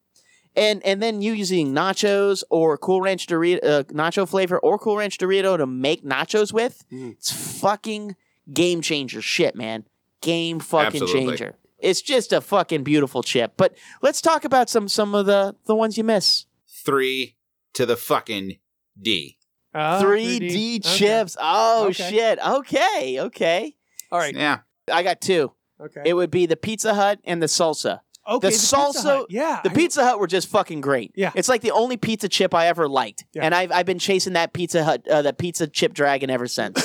[SPEAKER 1] and and then you using nachos or Cool Ranch Dorito, uh, nacho flavor or Cool Ranch Dorito to make nachos with,
[SPEAKER 3] Mm.
[SPEAKER 1] it's fucking game changer shit, man. Game fucking
[SPEAKER 2] Absolutely.
[SPEAKER 1] changer. It's just a fucking beautiful chip. But let's talk about some some of the the ones you miss.
[SPEAKER 2] Three to the fucking D.
[SPEAKER 3] Ah,
[SPEAKER 1] 3D,
[SPEAKER 3] Okay.
[SPEAKER 1] chips. Oh
[SPEAKER 3] Okay.
[SPEAKER 1] shit. Okay. Okay.
[SPEAKER 3] All right.
[SPEAKER 2] Yeah.
[SPEAKER 1] I got two.
[SPEAKER 3] Okay.
[SPEAKER 1] It would be the Pizza Hut and the salsa.
[SPEAKER 3] okay.
[SPEAKER 1] the
[SPEAKER 3] Pizza
[SPEAKER 1] salsa-
[SPEAKER 3] Hut, yeah.
[SPEAKER 1] The
[SPEAKER 3] I-
[SPEAKER 1] Pizza Hut were just fucking great.
[SPEAKER 3] Yeah.
[SPEAKER 1] it's like the only pizza chip I ever liked,
[SPEAKER 3] Yeah.
[SPEAKER 1] and I've I've been chasing that Pizza Hut, uh, that pizza chip dragon ever since.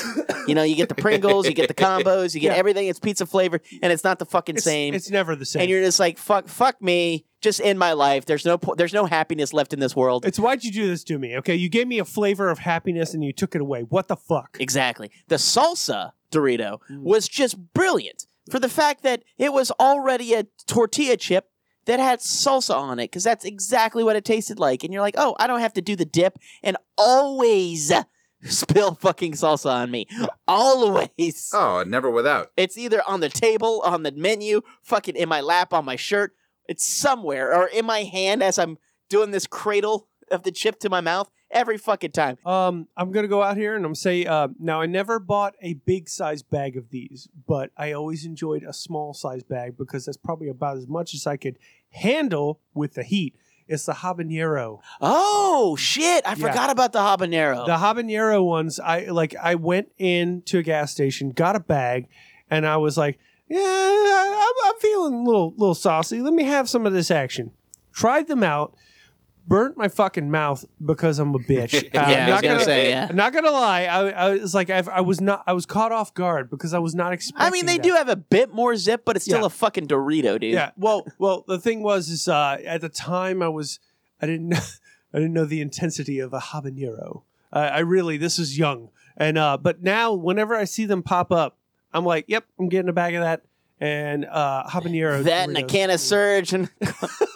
[SPEAKER 1] you know, you get the Pringles, you get the combos, you get
[SPEAKER 3] Yeah.
[SPEAKER 1] everything. It's pizza flavored, and it's not the fucking
[SPEAKER 3] it's,
[SPEAKER 1] same.
[SPEAKER 3] It's never the same.
[SPEAKER 1] and you're just like fuck, fuck me. Just end my life. There's no po- there's no happiness left in this world.
[SPEAKER 3] it's why'd you do this to me? Okay, you gave me a flavor of happiness and you took it away. What the fuck?
[SPEAKER 1] Exactly. The salsa Dorito
[SPEAKER 3] Mm.
[SPEAKER 1] was just brilliant for the fact that it was already a tortilla chip that had salsa on it because that's exactly what it tasted like. And you're like, oh, I don't have to do the dip and always spill fucking salsa on me. Always.
[SPEAKER 2] Oh, never without.
[SPEAKER 1] It's either on the table, on the menu, fucking in my lap, on my shirt. It's somewhere or in my hand as I'm doing this cradle of the chip to my mouth every fucking time.
[SPEAKER 3] Um, I'm gonna go out here and I'm say uh, now I never bought a big size bag of these, but I always enjoyed a small size bag because that's probably about as much as I could handle with the heat. It's the habanero.
[SPEAKER 1] Oh, shit. I forgot about the habanero.
[SPEAKER 3] Um,
[SPEAKER 2] Oh.
[SPEAKER 3] The habanero ones, I like. I went into a gas station, got a bag, and I was like, "Yeah, I- I'm, I'm feeling a little little saucy. Let me have some of this action." Tried them out, burnt my fucking mouth because I'm a bitch. Uh,
[SPEAKER 2] Yeah, I
[SPEAKER 3] I'm
[SPEAKER 2] was
[SPEAKER 3] not
[SPEAKER 2] gonna
[SPEAKER 3] gonna-
[SPEAKER 2] say,
[SPEAKER 1] yeah.
[SPEAKER 3] I'm not gonna lie. I, I was like, I've, I was not. I was caught off guard because I was not expecting.
[SPEAKER 1] I mean, they
[SPEAKER 3] that.
[SPEAKER 1] do have a bit more zip, but it's still
[SPEAKER 3] Yeah.
[SPEAKER 1] a fucking Dorito, dude.
[SPEAKER 3] Yeah. Well, well, the thing was, is uh, at the time I was, I didn't, know, I didn't know the intensity of a habanero. Uh, I really, this is young, and uh, but now whenever I see them pop up, I'm like, yep, I'm getting a bag of that and uh, habanero.
[SPEAKER 1] that and a
[SPEAKER 3] Doritos.
[SPEAKER 1] can of Surge and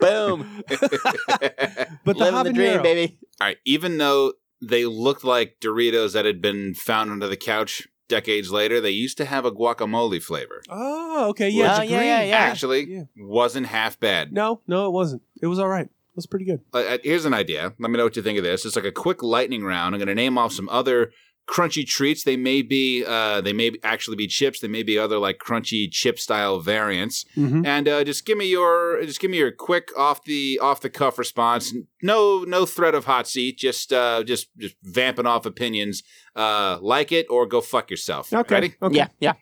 [SPEAKER 1] boom,
[SPEAKER 3] But the
[SPEAKER 1] living
[SPEAKER 3] habanero,
[SPEAKER 1] the dream, baby.
[SPEAKER 2] All right. Even though they looked like Doritos that had been found under the couch decades later, they used to have a guacamole flavor.
[SPEAKER 3] Oh, okay, yeah,
[SPEAKER 1] Oh,
[SPEAKER 3] it's
[SPEAKER 1] yeah, yeah,
[SPEAKER 3] green.
[SPEAKER 1] yeah.
[SPEAKER 2] Actually,
[SPEAKER 3] Yeah.
[SPEAKER 2] wasn't half bad.
[SPEAKER 3] No, no, it wasn't. It was all right. It was pretty good.
[SPEAKER 2] Uh, uh, here's an idea. Let me know what you think of this. It's like a quick lightning round. I'm going to name off some other crunchy treats. They may be, uh, they may actually be chips. They may be other like crunchy chip style variants.
[SPEAKER 3] Mm-hmm.
[SPEAKER 2] And uh, just give me your, just give me your quick off the off the cuff response. No, no threat of hot seat. Just, uh, just, just vamping off opinions. Uh, like it or go fuck yourself.
[SPEAKER 3] Okay.
[SPEAKER 2] Ready?
[SPEAKER 3] Okay.
[SPEAKER 1] Yeah, yeah.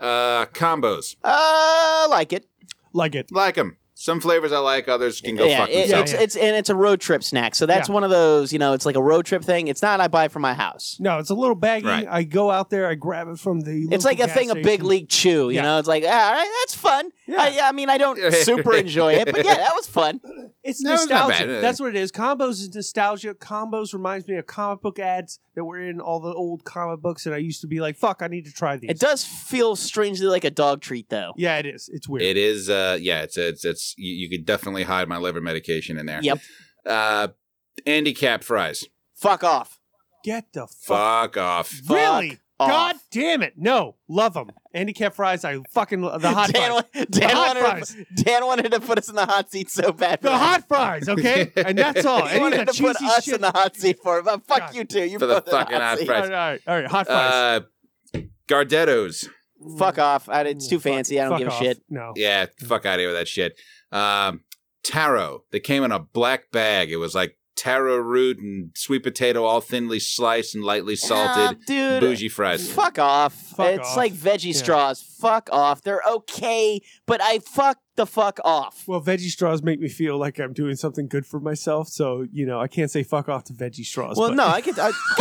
[SPEAKER 1] Uh,
[SPEAKER 2] Uh, combos.
[SPEAKER 1] I like it.
[SPEAKER 3] Like it.
[SPEAKER 2] Like them. Some flavors I like. Others can go
[SPEAKER 1] yeah,
[SPEAKER 2] fuck
[SPEAKER 1] it- it's
[SPEAKER 2] themselves.
[SPEAKER 3] Yeah, yeah.
[SPEAKER 1] it's and it's a road trip snack, so that's
[SPEAKER 3] Yeah.
[SPEAKER 1] one of those. You know, it's like a road trip thing. It's not I buy from my house.
[SPEAKER 3] No, it's a little baggy.
[SPEAKER 2] Right.
[SPEAKER 3] I go out there, I grab it from the.
[SPEAKER 1] It's like
[SPEAKER 3] local
[SPEAKER 1] a
[SPEAKER 3] gas
[SPEAKER 1] thing of big
[SPEAKER 3] station.
[SPEAKER 1] league chew. You
[SPEAKER 3] Yeah.
[SPEAKER 1] know, it's like all right, that's fun.
[SPEAKER 3] Yeah.
[SPEAKER 1] I, I mean, I don't super enjoy it, but yeah, that was fun.
[SPEAKER 3] It's
[SPEAKER 2] No, it's not
[SPEAKER 3] nostalgia.
[SPEAKER 2] bad.
[SPEAKER 3] That's what it is. Combos is nostalgia. Combos reminds me of comic book ads that were in all the old comic books, and I used to be like, "Fuck, I need to try these."
[SPEAKER 1] It does feel strangely like a dog treat, though.
[SPEAKER 3] Yeah, it is. It's weird.
[SPEAKER 2] It is, uh, yeah, it's, it's, it's, you, you could definitely hide my liver medication in there.
[SPEAKER 1] Yep.
[SPEAKER 2] Uh, Andy Cap fries.
[SPEAKER 1] Fuck off.
[SPEAKER 3] Get the fuck.
[SPEAKER 2] Fuck off.
[SPEAKER 1] Fuck
[SPEAKER 3] really?
[SPEAKER 1] off.
[SPEAKER 3] God damn it! No, love them. Handicap fries. I fucking lo- the hot
[SPEAKER 1] Dan,
[SPEAKER 3] fries.
[SPEAKER 1] wa- Dan
[SPEAKER 3] The hot
[SPEAKER 1] wanted
[SPEAKER 3] fries.
[SPEAKER 1] To, Dan wanted to put us in the hot seat so bad.
[SPEAKER 3] The hot fries. Okay, and that's all.
[SPEAKER 1] He
[SPEAKER 3] Any of
[SPEAKER 1] wanted
[SPEAKER 3] the
[SPEAKER 1] to put
[SPEAKER 3] cheesy
[SPEAKER 1] us
[SPEAKER 3] shit.
[SPEAKER 1] in the hot seat for it, but fuck
[SPEAKER 3] God.
[SPEAKER 1] you too. You're
[SPEAKER 2] For the
[SPEAKER 1] both in
[SPEAKER 2] fucking hot
[SPEAKER 1] seat.
[SPEAKER 2] fries.
[SPEAKER 3] all right, all right, all right. Hot fries.
[SPEAKER 2] Uh, Gardettos.
[SPEAKER 1] Uh, Mm, Fuck off. I, it's too
[SPEAKER 3] Fuck-
[SPEAKER 1] fancy. I don't
[SPEAKER 3] fuck
[SPEAKER 1] give
[SPEAKER 3] off.
[SPEAKER 1] a shit.
[SPEAKER 3] No.
[SPEAKER 2] Yeah, fuck out of here with that shit. Um, taro. They came in a black bag. It was like taro root and sweet potato, all thinly sliced and lightly salted.
[SPEAKER 1] Ah, dude.
[SPEAKER 2] Bougie fries.
[SPEAKER 1] Fuck off.
[SPEAKER 3] Fuck
[SPEAKER 1] it's
[SPEAKER 3] off.
[SPEAKER 1] like veggie
[SPEAKER 3] Yeah.
[SPEAKER 1] straws. Fuck off. They're okay, but I fuck the fuck off.
[SPEAKER 3] Well, veggie straws make me feel like I'm doing something good for myself, so you know I can't say fuck off to veggie straws.
[SPEAKER 1] Well,
[SPEAKER 3] but-
[SPEAKER 1] no, I could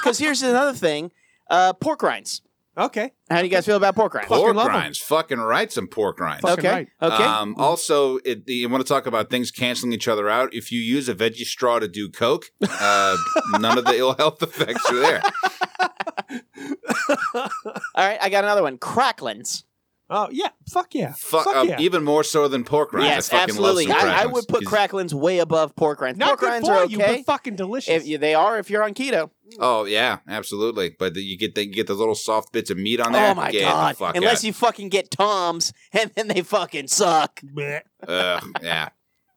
[SPEAKER 1] because here's another thing. Uh, pork rinds.
[SPEAKER 3] Okay.
[SPEAKER 1] How do you guys feel about pork rinds?
[SPEAKER 3] Fucking
[SPEAKER 2] Pork
[SPEAKER 3] love 'em.
[SPEAKER 2] rinds. Fucking right, some pork rinds.
[SPEAKER 3] Fuck. fucking
[SPEAKER 1] okay.
[SPEAKER 3] right.
[SPEAKER 1] Okay. Mm.
[SPEAKER 2] Um, also, it, you want to talk about things canceling each other out. If you use a veggie straw to do coke, uh, none of the ill health effects are there.
[SPEAKER 1] All right. I got another one. Cracklins.
[SPEAKER 3] Oh yeah. Fuck yeah.
[SPEAKER 2] Fuck,
[SPEAKER 3] Fuck
[SPEAKER 1] um,
[SPEAKER 2] uh,
[SPEAKER 3] yeah.
[SPEAKER 2] even more so than pork rinds.
[SPEAKER 1] yes,
[SPEAKER 2] I fucking
[SPEAKER 1] absolutely.
[SPEAKER 2] Love some
[SPEAKER 1] I, I
[SPEAKER 2] Cracklins.
[SPEAKER 1] would put
[SPEAKER 2] Is-
[SPEAKER 1] cracklins way above pork rinds.
[SPEAKER 3] Not
[SPEAKER 1] pork
[SPEAKER 3] good
[SPEAKER 1] rinds
[SPEAKER 3] for
[SPEAKER 1] are
[SPEAKER 3] you,
[SPEAKER 1] okay.
[SPEAKER 3] but fucking delicious.
[SPEAKER 1] if you, they are if you're on keto.
[SPEAKER 2] Oh yeah, absolutely. But the, you get the, you get those little soft bits of meat on there.
[SPEAKER 1] oh my
[SPEAKER 2] Get
[SPEAKER 1] god!
[SPEAKER 2] The fuck
[SPEAKER 1] Unless
[SPEAKER 2] out.
[SPEAKER 1] you fucking get toms and then they fucking suck.
[SPEAKER 3] Bleh.
[SPEAKER 2] Ugh, yeah.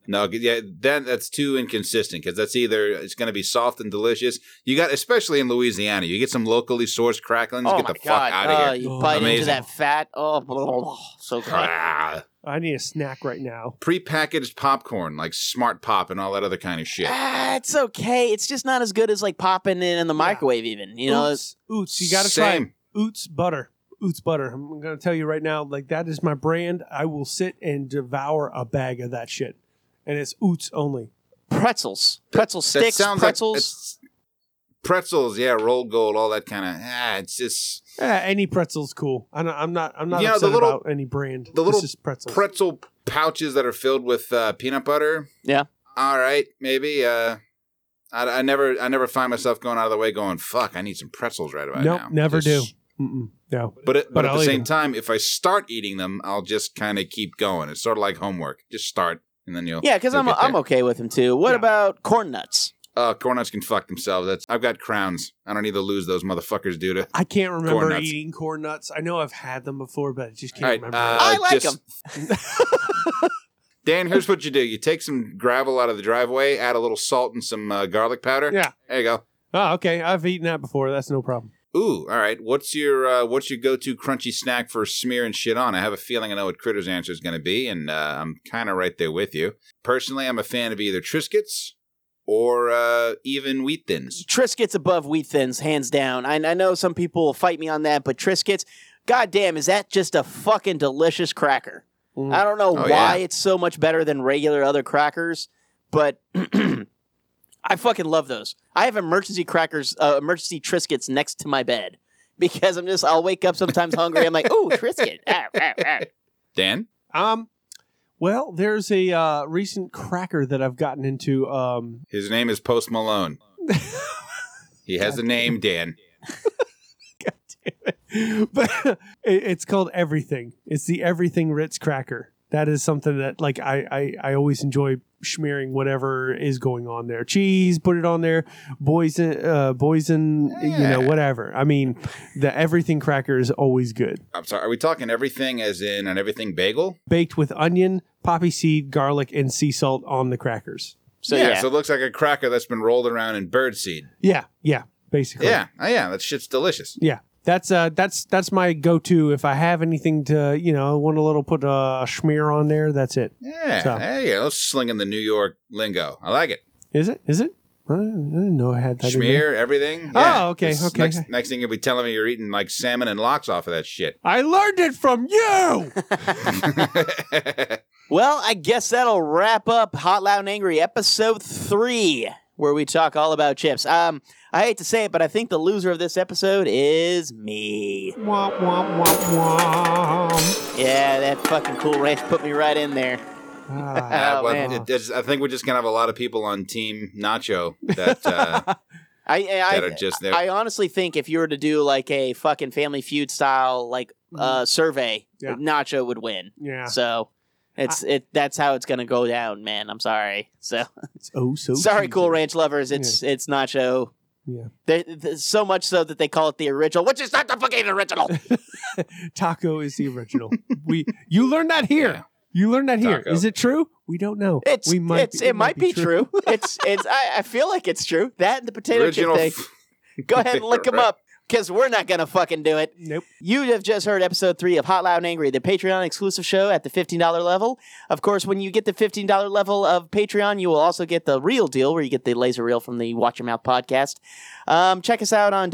[SPEAKER 2] No, yeah, then that's too inconsistent because that's either it's going to be soft and delicious. You got, especially in Louisiana, you get some locally sourced cracklings.
[SPEAKER 1] oh
[SPEAKER 2] get
[SPEAKER 1] my
[SPEAKER 2] the
[SPEAKER 1] god!
[SPEAKER 2] fuck out of
[SPEAKER 1] Oh,
[SPEAKER 2] here.
[SPEAKER 1] you
[SPEAKER 3] Oh,
[SPEAKER 1] bite into
[SPEAKER 2] amazing.
[SPEAKER 1] that fat. Oh, blah, blah, blah. so good.
[SPEAKER 2] Ah,
[SPEAKER 3] I need a snack right now.
[SPEAKER 2] prepackaged popcorn like Smart Pop and all that other kind of shit.
[SPEAKER 1] Ah, it's okay. It's just not as good as like popping it in the microwave. Even you know,
[SPEAKER 3] Oots, Oots, you gotta try it.
[SPEAKER 2] Same.
[SPEAKER 3] Oots butter. Oots butter. I'm gonna tell you right now, like that is my brand. I will sit and devour a bag of that shit, and it's Oots only.
[SPEAKER 1] pretzels, pretzel
[SPEAKER 2] That
[SPEAKER 1] sticks,
[SPEAKER 2] sounds like-
[SPEAKER 1] pretzels.
[SPEAKER 2] it's- pretzels, yeah, rolled gold, all that kind of. Ah, it's just
[SPEAKER 3] Eh, any pretzel's cool. I'm not. I'm not. I'm not
[SPEAKER 2] You know, the
[SPEAKER 3] upset
[SPEAKER 2] little-
[SPEAKER 3] about any brand.
[SPEAKER 2] the little
[SPEAKER 3] this is pretzels.
[SPEAKER 2] pretzel pouches that are filled with uh, peanut butter.
[SPEAKER 1] Yeah.
[SPEAKER 2] All right, maybe. Uh, I, I never, I never find myself going out of the way going, "Fuck, I need some pretzels right about
[SPEAKER 3] Nope,
[SPEAKER 2] now."
[SPEAKER 3] never
[SPEAKER 2] Just-
[SPEAKER 3] do. Mm-mm, no.
[SPEAKER 2] But it, but,
[SPEAKER 3] But
[SPEAKER 2] at
[SPEAKER 3] I'll
[SPEAKER 2] the
[SPEAKER 3] eat
[SPEAKER 2] same
[SPEAKER 3] them.
[SPEAKER 2] time, if I start eating them, I'll just kind of keep going. It's sort of like homework. Just start, and then you'll.
[SPEAKER 1] Yeah, because
[SPEAKER 2] you'll
[SPEAKER 1] I'm
[SPEAKER 2] get there.
[SPEAKER 1] I'm okay with them too. What
[SPEAKER 3] Yeah.
[SPEAKER 1] about corn nuts?
[SPEAKER 2] Uh, corn nuts can fuck themselves. That's I've got crowns. I don't need to lose those motherfuckers, due to.
[SPEAKER 3] I can't remember
[SPEAKER 2] Corn nuts.
[SPEAKER 3] eating corn nuts. I know I've had them before, but I just can't
[SPEAKER 2] All right,
[SPEAKER 3] remember.
[SPEAKER 2] uh,
[SPEAKER 1] I like
[SPEAKER 2] just-
[SPEAKER 1] them.
[SPEAKER 2] Dan, here's what you do: you take some gravel out of the driveway, add a little salt and some uh, garlic powder.
[SPEAKER 3] Yeah.
[SPEAKER 2] there you go.
[SPEAKER 3] oh, okay. I've eaten that before. That's no problem.
[SPEAKER 2] Ooh, all right. What's your uh, what's your go to crunchy snack for smear and shit on? I have a feeling I know what Critter's answer is going to be, and uh, I'm kind of right there with you. Personally, I'm a fan of either Triscuits or uh, even Wheat Thins.
[SPEAKER 1] Triscuits above wheat thins, hands down. I, I know some people will fight me on that, but Triscuits, goddamn, is that just a fucking delicious cracker?
[SPEAKER 3] Mm.
[SPEAKER 1] I don't know
[SPEAKER 2] Oh,
[SPEAKER 1] why
[SPEAKER 2] yeah.
[SPEAKER 1] it's so much better than regular other crackers, but I fucking love those. I have emergency crackers, uh, emergency Triscuits next to my bed because I'm just, I'll wake up sometimes hungry. I'm like, oh, Triscuit. Ah, ah, ah."
[SPEAKER 2] Dan,
[SPEAKER 3] Um, well, there's a uh, recent cracker that I've gotten into. Um,
[SPEAKER 2] his name is Post Malone. He has a name, Dan.
[SPEAKER 3] but it, it's called everything. It's the everything Ritz cracker. That is something that like I, I I always enjoy smearing whatever is going on there. Cheese, put it on there. Boysen, uh, boysen, you know,
[SPEAKER 2] Yeah.
[SPEAKER 3] whatever. I mean, the everything cracker is always good.
[SPEAKER 2] I'm sorry. Are we talking everything as in an everything bagel?
[SPEAKER 3] Baked with onion, poppy seed, garlic, and sea salt on the crackers.
[SPEAKER 1] so yeah,
[SPEAKER 2] So it looks like a cracker that's been rolled around in birdseed.
[SPEAKER 3] Yeah, yeah, basically.
[SPEAKER 2] Yeah. Oh, yeah. That shit's delicious.
[SPEAKER 3] Yeah. That's uh that's that's my go to if I have anything to you know want a little put a smear on there that's it
[SPEAKER 2] Yeah.
[SPEAKER 3] So-
[SPEAKER 2] Hey, let's sling in the New York lingo. I like it.
[SPEAKER 3] is it is it I didn't I didn't know I had that in there.
[SPEAKER 2] Schmear, everything.
[SPEAKER 3] Oh, okay,
[SPEAKER 2] This
[SPEAKER 3] okay,
[SPEAKER 2] Next,
[SPEAKER 3] okay.
[SPEAKER 2] next thing you'll be telling me you're eating like salmon and lox off of that shit.
[SPEAKER 3] I learned it from you
[SPEAKER 1] Well, I guess that'll wrap up Hot Loud and Angry episode three, where we talk all about chips. Um, I hate to say it, but I think the loser of this episode is me.
[SPEAKER 3] womp womp womp womp
[SPEAKER 1] Yeah, that fucking cool ranch put me right in there.
[SPEAKER 3] Ah.
[SPEAKER 2] Uh,
[SPEAKER 1] Oh,
[SPEAKER 2] well,
[SPEAKER 1] man.
[SPEAKER 2] it- it's- I think we're just gonna have a lot of people on Team Nacho that uh,
[SPEAKER 1] I I,
[SPEAKER 2] that are just there.
[SPEAKER 1] I honestly think if you were to do like a fucking Family Feud style like uh, survey,
[SPEAKER 3] Mm. Yeah.
[SPEAKER 1] Nacho would win.
[SPEAKER 3] yeah.
[SPEAKER 1] So it's it that's how it's gonna go down, man. I'm sorry. So
[SPEAKER 3] It's oh so
[SPEAKER 1] sorry, Cool
[SPEAKER 3] cheesy.
[SPEAKER 1] Ranch lovers. It's it's Nacho.
[SPEAKER 3] Yeah.
[SPEAKER 1] They- they- so much so that they call it the original, which is not the fucking original.
[SPEAKER 3] Taco is the original. we you learned that here.
[SPEAKER 2] Yeah.
[SPEAKER 3] You learned that here.
[SPEAKER 2] Taco.
[SPEAKER 3] Is it true? We don't know.
[SPEAKER 1] It's
[SPEAKER 3] we
[SPEAKER 1] it's it, might be true. it's it's I, I feel like it's true. That and the potato chip
[SPEAKER 2] original
[SPEAKER 1] thing.
[SPEAKER 2] f-
[SPEAKER 1] Go ahead and look them
[SPEAKER 2] Right.
[SPEAKER 1] up because we're not gonna fucking do it.
[SPEAKER 3] Nope.
[SPEAKER 1] You have just heard episode three of Hot Loud and Angry, the Patreon exclusive show at the $15 level. Of course, when you get the $15 level of Patreon, you will also get the real deal where you get the laser reel from the Watch Your Mouth podcast. Um, check us out on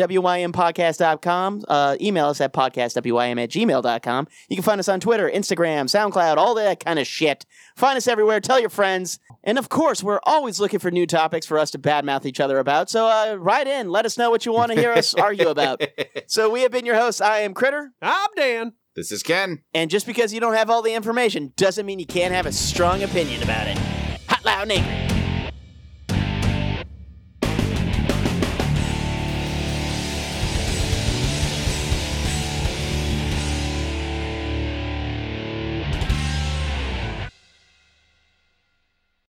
[SPEAKER 1] WYMpodcast.com. Uh, email us at podcastwym at gmail.com. You can find us on Twitter, Instagram, SoundCloud, all that kind of shit. Find us everywhere. Tell your friends. And of course, we're always looking for new topics for us to badmouth each other about. So uh, write in. Let us know what you want to hear us argue about. So we have been your hosts. I am Critter.
[SPEAKER 3] I'm Dan.
[SPEAKER 2] This is Ken.
[SPEAKER 1] And just because you don't have all the information doesn't mean you can't have a strong opinion about it. Hot, loud, and angry.